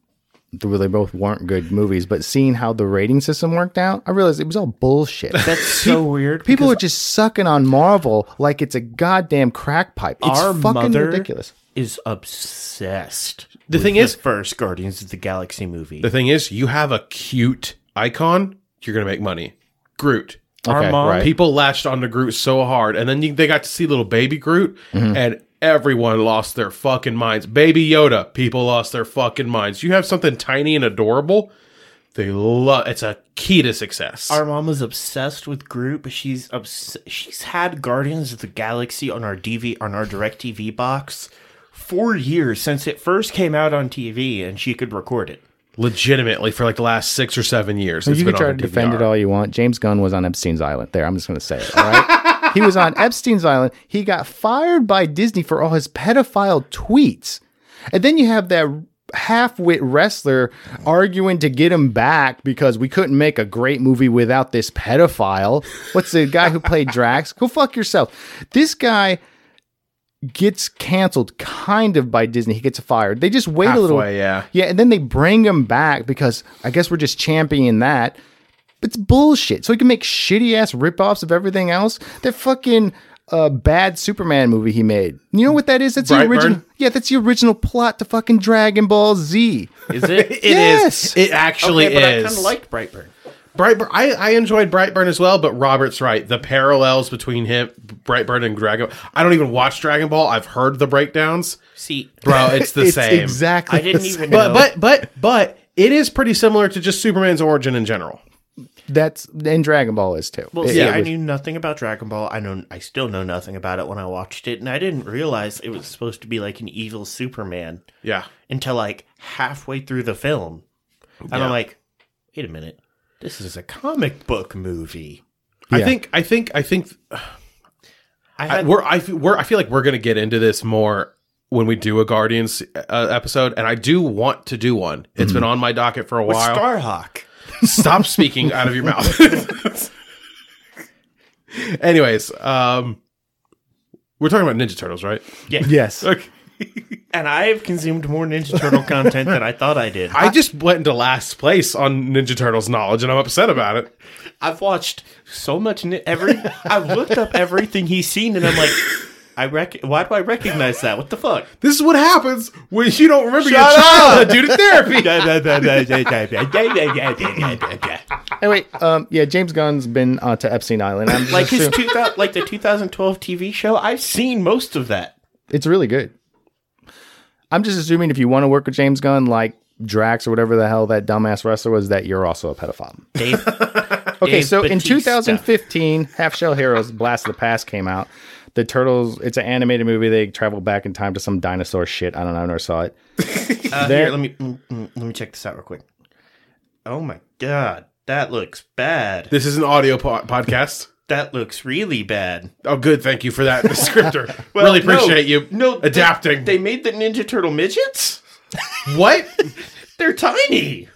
well, they both weren't good movies, but seeing how the rating system worked out, I realized it was all bullshit.
That's so weird.
People
because
are just sucking on Marvel like it's a goddamn crack pipe. It's
Our
fucking
mother-
ridiculous.
is obsessed.
The
with
thing is-
first Guardians of the Galaxy movie.
The thing is, you have a cute icon, you're gonna make money. Groot.
Our
Okay,
mom
right.
People latched onto Groot so hard, and then you, they got to see little baby Groot,
Mm-hmm.
and everyone lost their fucking minds. Baby Yoda, people lost their fucking minds. You have something tiny and adorable. They love. It's a key to success.
Our mom is obsessed with Groot, but she's obs- she's had Guardians of the Galaxy on our DV on our DirecTV box for years since it first came out on TV, and she could record it.
Legitimately, for like the last six or seven years, it's
you
been
can
on
try to
her
defend it
DVR.
all you want. James Gunn was on Epstein's Island. There, I'm just going to say it.
*laughs*
All right. he was on Epstein's Island. He got fired by Disney for all his pedophile tweets. And then you have that half-wit wrestler arguing to get him back because we couldn't make a great movie without this pedophile. What's the guy
*laughs*
who played Drax? Go fuck yourself. This guy gets canceled kind of by Disney. He gets fired. They just wait a little
Halfway, yeah.
yeah, and then they bring him back because I guess we're just championing that. It's bullshit. So he can make shitty ass ripoffs of everything else. That fucking uh, bad Superman movie he made. You know what that is? That's the
Brightburn?
original. Yeah, that's the original plot to fucking Dragon Ball Z.
Is it?
It is.
Yes!
It actually
okay, but I
is.
kind of liked Brightburn.
Brightburn. I, I enjoyed Brightburn as well, but Robert's right. The parallels between him, Brightburn, and Dragon. I don't even watch Dragon Ball. I've heard the breakdowns,
See,
*laughs*
bro. It's the
it's
same.
Exactly.
I didn't
the same.
even
But
know.
but but but it is pretty similar to just Superman's origin in general.
That's and Dragon Ball is too.
well,
It-
see,
it
I
was-
knew nothing about Dragon Ball. I know, I still know nothing about it when I watched it, and I didn't realize it was supposed to be like an evil Superman
Yeah.
until like halfway through the film, and I'm like, wait a minute, this is a comic book movie.
I
Yeah.
think I think I think
I
I,
had
we're I feel, we're I feel like we're gonna get into this more when we do a Guardians uh, episode, and I do want to do one. It's
Mm-hmm.
been on my docket for a
With
while.
*laughs* Starhawk.
Stop speaking out of your mouth. *laughs* Anyways, um, we're talking about Ninja Turtles, right?
Yeah.
Yes.
*laughs*
Okay.
and I have consumed more Ninja Turtle content than I thought I did.
I just went into last place on Ninja Turtles knowledge, and I'm upset about it.
*laughs* I've watched so much. Ni- Every I've looked up everything he's seen, and I'm like, I rec- Why do I recognize that? What the fuck?
This is what happens when you don't remember your
Shut up!
childhood due to therapy.
like
Anyway, um, yeah, James Gunn's been uh, to Epstein Island. I'm like
his two thou- *laughs* like the 2012 TV show. I've seen most of that.
it's really good. I'm just assuming if you want to work with James Gunn, like Drax or whatever the hell that dumbass wrestler was, that you're also a pedophile.
Dave,
*laughs* Okay,
Dave
so in
Bautista.
2015, Half Shell Heroes Blast of the Past came out. The Turtles, it's an animated movie. They travel back in time to some dinosaur shit. I don't know, I never saw it.
Uh,
There-
here, let me mm, mm, let me check this out real quick. Oh my god, that looks bad.
This is an audio po- podcast.
That looks really bad.
Oh, good. Thank you for that descriptor.
Well,
really
no,
appreciate you.
No, they-
adapting.
They made the Ninja Turtle midgets.
what?
They're tiny.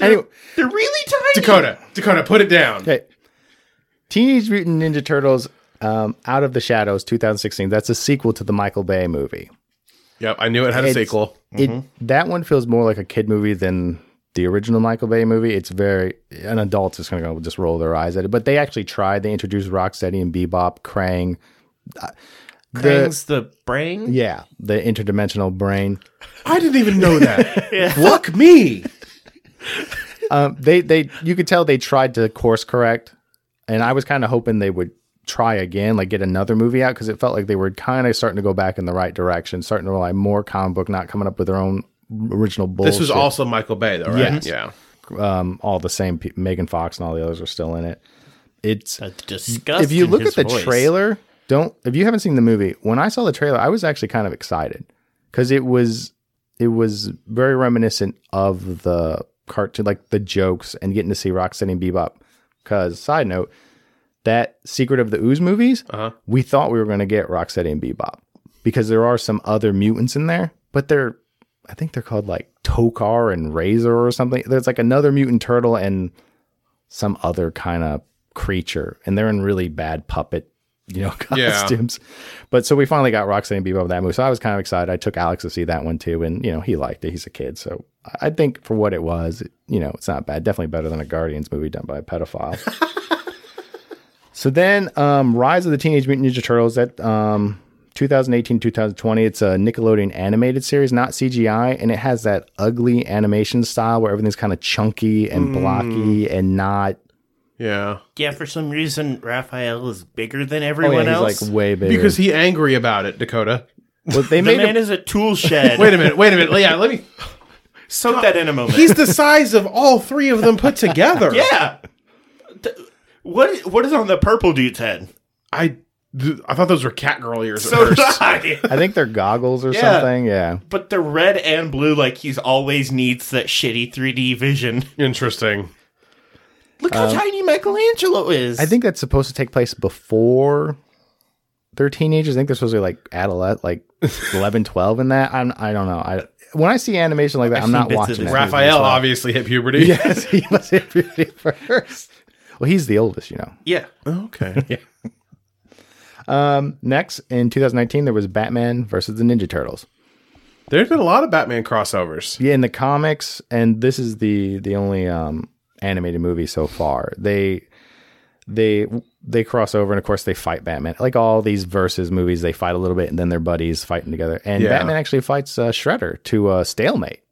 Anyway,
They're really tiny.
uh,
Dakota, Dakota, put it down.
okay. Teenage Mutant Ninja Turtles um, Out of the Shadows 2016. That's a sequel to the Michael Bay movie.
Yep, I knew it had a
It's-
sequel.
It
Mm-hmm.
That one feels more like a kid movie than the original Michael Bay movie. It's very, an adult's just going to go just roll their eyes at it. But they actually tried. They introduced Rocksteady and Bebop, Krang. Uh, the-
Krang's the brain.
Yeah, the interdimensional brain.
I didn't even know that. Look me.
Um, they they you could tell they tried to course correct, and I was kind of hoping they would try again, like get another movie out because it felt like they were kind of starting to go back in the right direction, starting to rely more comic book, not coming up with their own original
*laughs*
bullshit.
This was also Michael Bay, though, right?
Yes.
Yeah.
um, all the same. Pe- Megan Fox and all the others are still in it. It's
A disgust.
if you
in
look at
his
the
voice.
trailer don't if you haven't seen the movie when i saw the trailer i was actually kind of excited because it was it was very reminiscent of the cartoon like the jokes and getting to see rocksteady and bebop because side note that secret of the ooze movies
Uh-huh.
we thought we were going to get rocksteady and bebop because there are some other mutants in there but they're i think they're called like tokar and razor or something there's like another mutant turtle and some other kind of creature, and they're in really bad puppet, you know, *laughs*
Yeah.
costumes. But so we finally got Roxanne Bebop in that movie. So I was kind of excited. I took Alex to see that one too, and you know, he liked it. He's a kid, so I- I think for what it was, it- you know, it's not bad. Definitely better than a Guardians movie done by a pedophile. so then, um, Rise of the Teenage Mutant Ninja Turtles that um. 2018 2020 it's a nickelodeon animated series not cgi and it has that ugly animation style where everything's kind of chunky
Hmm.
and blocky and not
Yeah.
Yeah, for some reason Raphael is bigger than everyone
Oh, he's
else.
like way bigger.
Because he angry about it, Dakota.
well, they
*laughs* the
made
man
him,
is a tool
*laughs*
shed.
Wait a minute. Wait a minute. Yeah, let me.
soak that in a moment.
He's the size of all three of them put together.
*laughs* yeah. Th- What what is on the purple dude's head?
I, th- I thought those were cat girl ears at *laughs*
So did
first.
I.
I think they're goggles or
Yeah.
something. Yeah.
*laughs* But the red and blue, like he's always needs that shitty 3D vision.
Interesting.
Look how tiny Michelangelo is.
Um, I think that's supposed to take place before they're teenagers. I think they're supposed to be like
*laughs*
adolescent, like 11, 12 in that. I'm, I don't know. I when I see animation like that, *laughs* i am
seen
not
bits of
watching
this
it.
movie.
Raphael obviously hit puberty. *laughs*
yes, he must hit puberty first. Well, he's the oldest, you know.
yeah.
Okay.
Next, in 2019, there was Batman versus the Ninja Turtles.
There's been a lot of Batman crossovers.
Yeah, in the comics, and this is the the only um, animated movie so far. They they they cross over, and of course they fight Batman. Like all these versus movies, they fight a little bit, and then they're buddies fighting together. And
Yeah.
Batman actually fights uh, Shredder to uh, stalemate,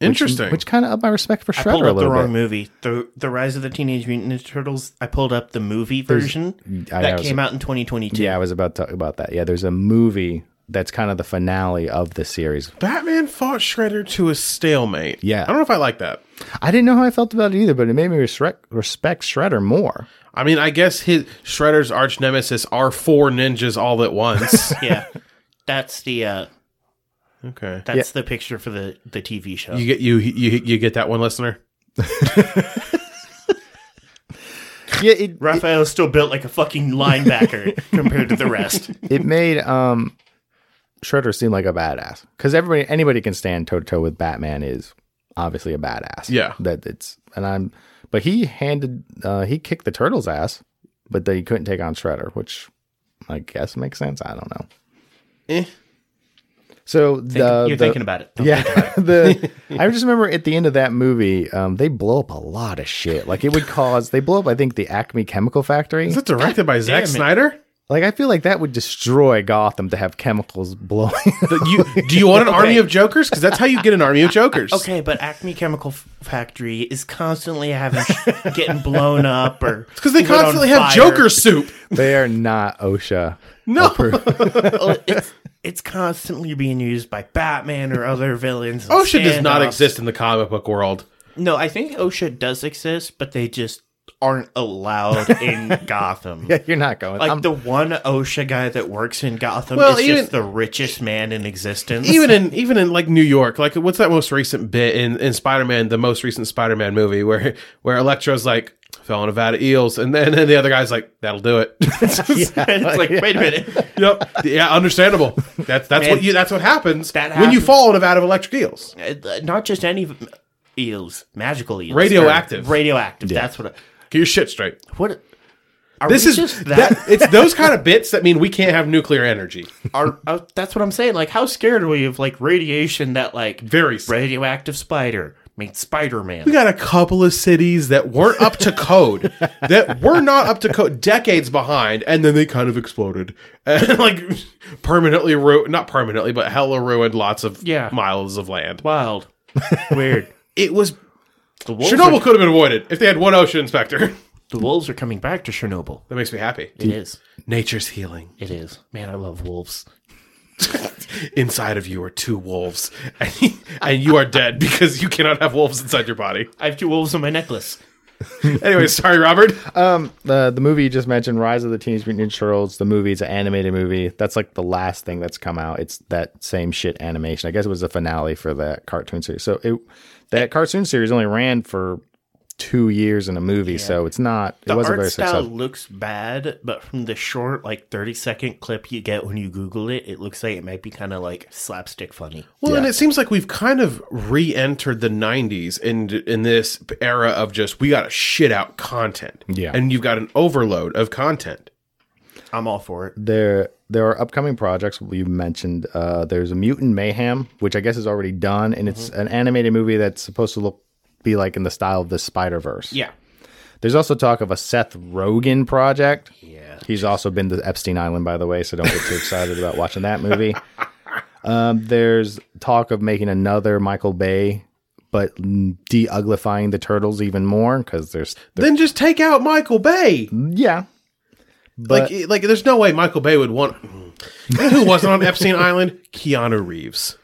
Interesting.
which kind of upped my respect for
I pulled
Shredder a
up the
little
wrong
bit.
movie. The The Rise of the Teenage Mutant Ninja Turtles. I pulled up the movie version
I
that
was-
came out in 2022.
Yeah, I was about to talk about that. Yeah, there's a movie that's kind of the finale of the series.
Batman fought Shredder to a stalemate.
Yeah.
I don't know if I like that.
I didn't know how I felt about it either, but it made me respect respect Shredder more.
I mean, I guess his Shredder's arch nemesis are four ninjas all at *laughs* once.
yeah. That's the uh,
okay.
that's the picture for the the TV show.
You get you you you get that one listener.
Yeah, it,
Raphael's still built like a fucking
*laughs*
linebacker compared to the rest.
it made um Shredder seem like a badass because everybody anybody can stand toe to toe with Batman is obviously a badass.
Yeah.
that it's and I'm but he handed uh he kicked the turtle's ass,
Eh.
but they couldn't take on Shredder, which I guess makes sense. I don't know. So the,
You're
the-
thinking about it.
yeah, *laughs* the
*laughs*
I just remember at the end of that movie, um, they blow up a lot of shit. Like it would cause they blow up. I think the Acme Chemical Factory.
Is it directed by Zack
damn it.
Snyder?
Like I feel like that would destroy Gotham to have chemicals *laughs* blowing.
The- you, do you want *laughs* an army of jokers? Because that's how you get an army of jokers.
Okay, but Acme Chemical F- Factory is constantly having sh- getting blown up or
Because they
lit on
constantly have
fire.
Joker soup.
they are not OSHA.
No.
approved.
Well, it's, it's constantly being used by Batman or other villains. and
OSHA does not
standoffs.
exist in the comic book world.
No, I think OSHA does exist, but they just aren't
*laughs*
allowed in Gotham.
yeah, you're not going. Um,
Like
I'm-
the one OSHA guy that works in Gotham
um, Well,
is
even-
just the richest man in existence.
Even in even in like New York, like what's that most recent bit in, in Spider Man, the most recent Spider Man movie where where Electro's like fell in a vat of eels, and then and then the other guy's like, "That'll do
*laughs*
it."
*laughs* it's like, wait a minute.
yep, yeah, understandable. That's that's what you that's what happens
That
when you
happens.
fall in a vat of electric eels.
Uh, Not just any eels, magical eels,
Radioactive.
Or radioactive. That's what.
Get your shit straight.
What? Are
This
we
is
just
that? it's those kind of bits that mean we can't have nuclear energy.
are uh, that's what I'm saying. Like, how scared are we of like radiation that like
*laughs* Very scared.
radioactive spider made Spider Man?
We got a couple of cities that weren't up to code, that were not up to code, decades behind, and then they kind of exploded, *laughs* and like permanently ruined, not permanently, but hella ruined lots of
Yeah.
miles of land.
Wild, weird.
It was
The wolves,
Chernobyl
Are,
could have been avoided if they had one ocean inspector. *laughs*
the wolves are coming back to Chernobyl.
That makes me happy.
It is.
Nature's healing.
It is. Man, I love wolves.
Inside of you are two wolves, *laughs* and, and you are dead because you cannot have wolves inside your body.
I have two wolves on my necklace.
Anyway, sorry, Robert.
um, the the movie you just mentioned, Rise of the Teenage Mutant Ninja Turtles, the movie is an animated movie. That's like the last thing that's come out. It's that same shit animation. I guess it was the finale for that cartoon series. So it that cartoon series only ran for two years in a movie, so it's not. It
The
wasn't
art
very
style
successful.
looks bad, but from the short, like thirty second clip you get when you Google it, it looks like it might be kind of like slapstick funny.
Well, and it seems like we've kind of re-entered the '90s in in this era of just we got to shit out content,
Yeah.
and you've got an overload of content.
I'm all for it.
There there are upcoming projects you mentioned. Uh, there's a Mutant Mayhem, which I guess is already done, and it's
Mm-hmm.
an animated movie that's supposed to look be like in the style of the Spider Verse.
Yeah.
There's also talk of a Seth Rogen project.
Yeah.
He's also been to Epstein Island, by the way, so don't get too excited about watching
*laughs*
that movie. Um, there's talk of making another Michael Bay, but de uglifying the turtles even more because there's,
Then just take out Michael Bay.
Mm,
yeah,
Like, like there's no way Michael Bay would want. You know who wasn't on Epstein *laughs* Island? Keanu Reeves.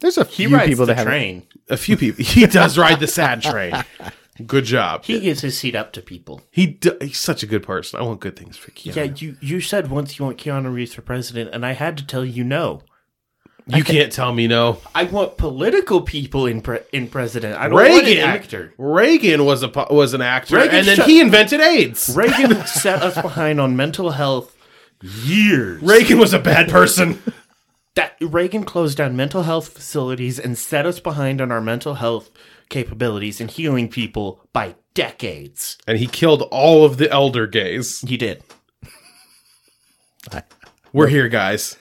there's a
He
few
rides
people
the
that have
train.
A few people. He does ride the sad train. Good job.
He gives his seat up to people.
He d- he's such a good person. I want good things for Keanu.
Yeah, you, you said once you want Keanu Reeves for president, and I had to tell you no.
you can't tell me no.
I want political people in pre- in president. I don't want an
Reagan
actor.
Reagan was a po- was an actor,
Reagan
and then
shut-
he invented AIDS.
*laughs* Reagan set us behind on mental health years.
Reagan was a bad person.
that Reagan closed down mental health facilities and set us behind on our mental health capabilities and healing people by decades.
*laughs* and he killed all of the elder gays.
He did.
We're here, guys.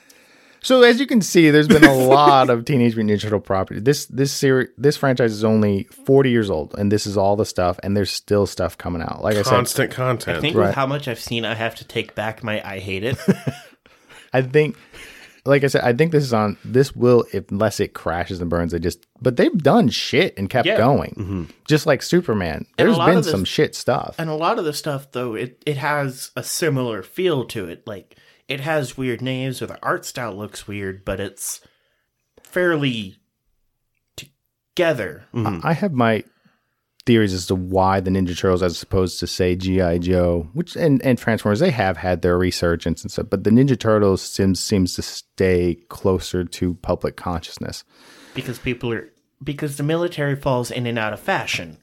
So as you can see,
*laughs*
there's been a lot of Teenage Mutant Ninja Turtle property. This this series, this franchise is only 40 years old, and this is all the stuff, and there's still stuff coming out. Like I said,
Constant
I
content.
think
Right.
with how much I've seen, I have to take back my I hate it.
I think, like I said, I think this is on. This will, if- unless it crashes and burns, they just. But they've done shit and kept
Yeah. Mm-hmm.
going, just like Superman. There's
lot
been
of this-
some shit stuff.
and a lot of the stuff though it, it has a similar feel to it like it has weird names or the art style looks weird but it's fairly together
I have my theories as to why the Ninja Turtles, as opposed to say GI Joe, which and, and Transformers, they have had their resurgence and stuff. But the Ninja Turtles seems seems to stay closer to public consciousness.
because people are because the military falls in and out of fashion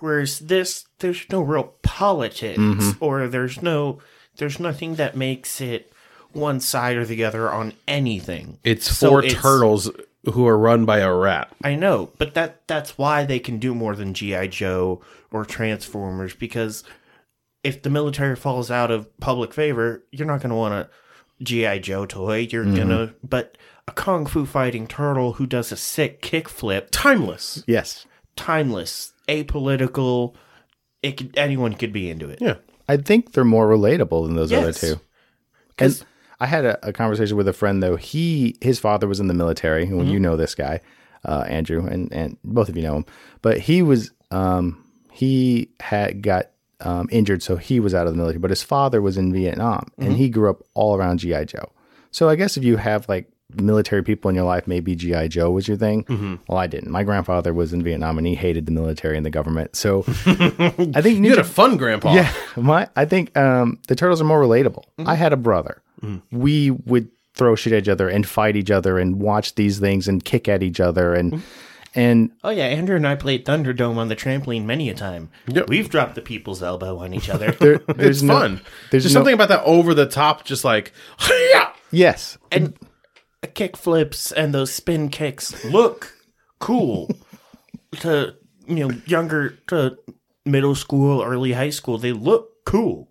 whereas this there's no real politics
Mm-hmm.
or there's no there's nothing that makes it one side or the other on anything
it's
So
four
it's-
turtles who are run by a rat.
I know, but that that's why they can do more than GI Joe or Transformers because if the military falls
Mm-hmm.
out of public favor, you're not going to want a GI Joe toy. You're going to but a kung fu fighting turtle who does a sick kickflip.
Timeless.
Yes.
Timeless, apolitical. It could, anyone could be into it.
Yeah.
I think they're more relatable than those other
Yes.
two.
'Cause-
And I had a, a conversation with a friend though. He his father was in the military.
Mm-hmm.
Well, you know this guy, uh, Andrew, and and both of you know him. But he was um he had got um, injured, so he was out of the military. But his father was in Vietnam,
Mm-hmm.
and he grew up all around GI Joe. So I guess if you have like military people in your life, maybe GI Joe was your thing.
Mm-hmm.
Well, I didn't. My grandfather was in Vietnam, and he hated the military and the government.
*laughs*
So I think
You
Ninja
had a fun grandpa.
yeah, *laughs* my I think um, the turtles are more relatable.
Mm-hmm.
I had a brother.
Mm.
We would throw shit at each other and fight each other and watch these things and kick at each other and
Mm-hmm.
and
Oh yeah, Andrew and I played Thunderdome on the trampoline many a time.
Yep.
We've dropped the people's elbow on each
*laughs*
other.
there,
It's
there's no-
fun.
There's
There's just
no-
something about that over the top, just like, *laughs* yeah.
Yes,
and kick flips and those spin kicks look cool to you know younger to middle school early high school they look cool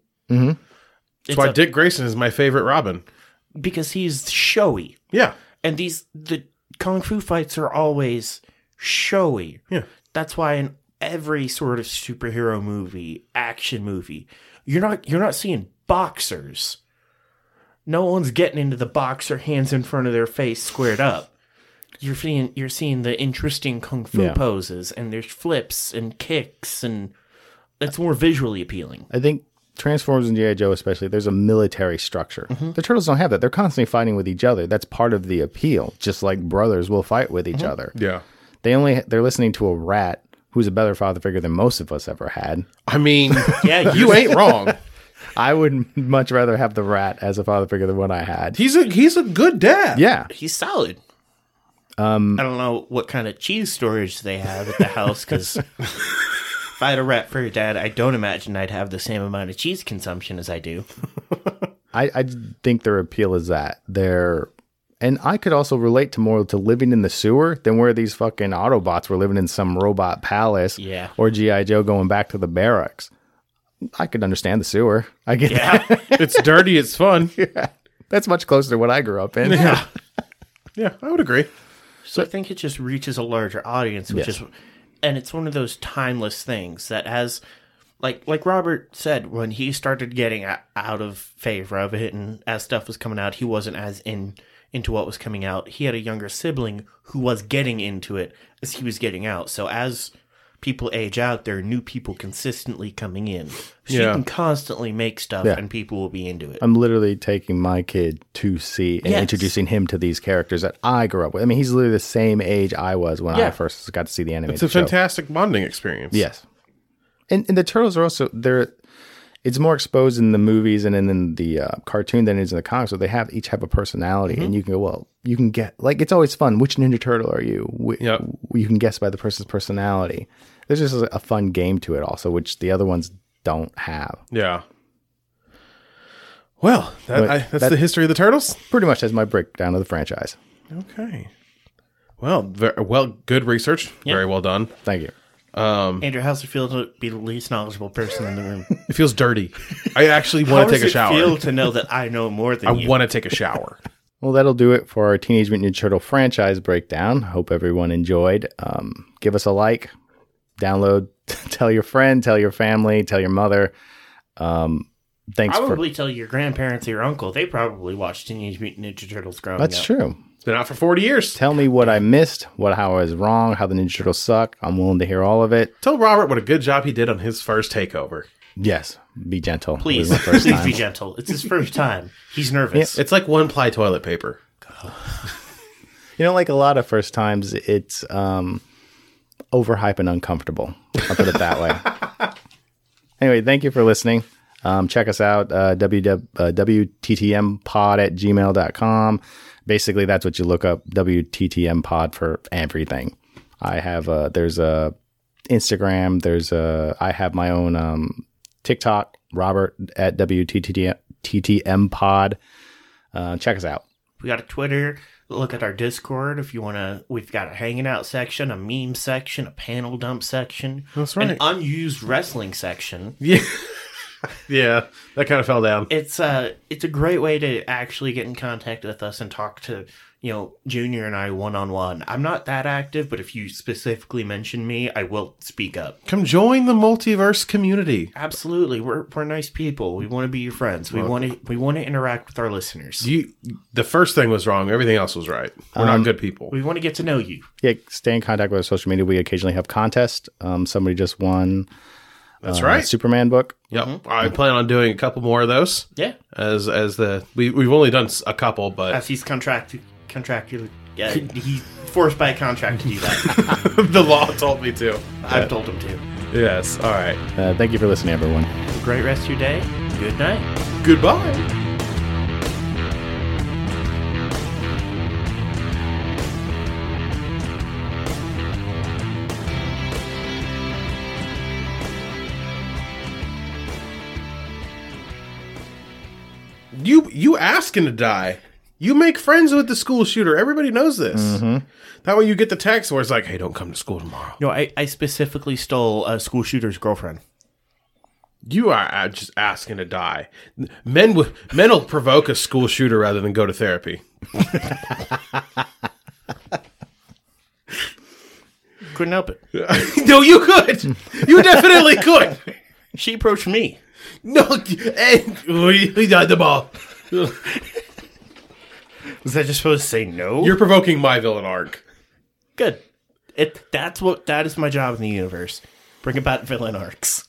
That's why
a-
Dick Grayson is my favorite Robin.
because he's showy
Yeah.
and these the kung fu fights are always showy
Yeah.
that's why in every sort of superhero movie action movie you're not you're not seeing boxers no one's getting into the boxer hands in front of their face squared up you're seeing you're seeing the interesting kung fu
Yeah.
poses and there's flips and kicks and it's more visually appealing
I think Transformers and GI Joe especially. There's a military structure.
Mm-hmm.
The turtles don't have that. They're constantly fighting with each other. That's part of the appeal. Just like brothers will fight with
Mm-hmm.
each other.
Yeah.
They only they're listening to a rat who's a better father figure than most of us ever had.
I mean,
*laughs* Yeah,
*laughs* you ain't wrong.
I would *laughs* much rather have the rat as a father figure than what I had.
He's a he's a good dad. *laughs*
Yeah.
he's solid um i don't know what kind of cheese storage they have at the house because if i had a rat for a dad i don't imagine i'd have the same amount of cheese consumption as i do
I, I think their appeal is that they're, and I could also relate to more to living in the sewer than where these fucking Autobots were living in some robot palace.
Yeah.
Or GI Joe going back to the barracks. I could understand the sewer. I get
yeah
It's dirty. It's fun.
*laughs* that's much closer to what I grew up in.
Yeah. Yeah, I would agree.
so i think it just reaches a larger audience which
Yes.
is and it's one of those timeless things that has like like robert said when he started getting o- out of favor of it and as stuff was coming out he wasn't as in into what was coming out he had a younger sibling who was getting into it as he was getting out so as people age out there are new people consistently coming in so you
Yeah.
can constantly make stuff
Yeah.
and people will be into it
I'm literally taking my kid to see and
Yes.
introducing him to these characters that I grew up with. I mean, he's literally the same age I was when I
Yeah.
first got to see the animated
It's a
show.
fantastic bonding experience.
Yes. And and the turtles are also they're it's more exposed in the movies and in, in the uh, cartoon than it is in the comics. So they have each have a personality, and you can go well. You can get like it's always fun. Which Ninja Turtle are you? Wh-
Yep.
You can guess by the person's personality. There's just a, a fun game to it, also, which the other ones don't have.
Yeah. Well, that,
But
I, that's
that-
the history of the turtles.
Pretty much as my breakdown of the franchise.
Okay. Well, very, well, good research. Very well done.
Thank you. Um,
andrew how's it feel to be the least knowledgeable person in the room
It feels dirty. I actually want
How
to take
does
a
it
shower.
feel to know that i know more than
I
you
want to take a shower.
Well, that'll do it for our Teenage Mutant Ninja Turtle franchise breakdown. Hope everyone enjoyed. Um, give us a like, download, *laughs* tell your friend, tell your family, tell your mother. Um, thanks for
Probably tell your grandparents or your uncle. They probably watched Teenage Mutant Ninja Turtles growing
that's
up.
true.
It's been out for 40 years.
Tell me what I missed, what how I was wrong, how the Ninja Turtles suck. I'm willing to hear all of it.
Tell Robert what a good job he did on his first takeover.
Yes, be gentle. It was
Please,
my first
please
time.
be gentle. It's his *laughs* first time. He's nervous.
It's like one ply toilet paper.
You know, like a lot of first times, it's um, overhype and uncomfortable. I'll put it that way. anyway, thank you for listening. Um, check us out, uh, www, uh, WTTMpod at gmail.com. Basically, that's what you look up, WTTM pod for everything. I have, uh, there's a Instagram, there's a, I have my own um, TikTok, Robert at WTTM TTM pod. Uh, check us out.
We got a Twitter. Look at our Discord if you want to. We've got a hanging out section, a meme section, a panel dump section. That's
right.
An unused wrestling section.
Yeah. yeah. That kind of fell down.
It's uh, it's a great way to actually get in contact with us and talk to you know, Junior and I one on one. I'm not that active, but if you specifically mention me, I will speak up.
Come join the multiverse community.
Absolutely, we're we're nice people. We want to be your friends. We want to we want to interact with our listeners.
You, the first thing was wrong. Everything else was right. We're not good people.
We want to get to know you.
Yeah, stay in contact with our social media. We occasionally have contests. Um, somebody just won
That's
uh,
right.
Superman book.
Yep. I plan on doing a couple more of those.
Yeah,
As as the we we've only done s- a couple, but
as he's contracted contractually. Yeah, he's forced by contract to do *laughs* that.
*laughs* the law told me to.
I've told him to.
Yes. All right.
Uh, thank you for listening, everyone.
Have a great rest of your day. Good night.
Goodbye. You you asking to die. You make friends with the school shooter. Everybody knows this. That way you get the text where it's like, "Hey, don't come to school tomorrow."
No, I, I specifically stole a school shooter's girlfriend.
You are uh, just asking to die. Men w- men will provoke a school shooter rather than go to therapy. *laughs*
Couldn't help it.
no, you could. You definitely could. *laughs*
She approached me.
No, and we got the ball.
Was I just supposed to say no?
You're provoking my villain arc.
good. It that's what that is my job in the universe. Bring about villain arcs.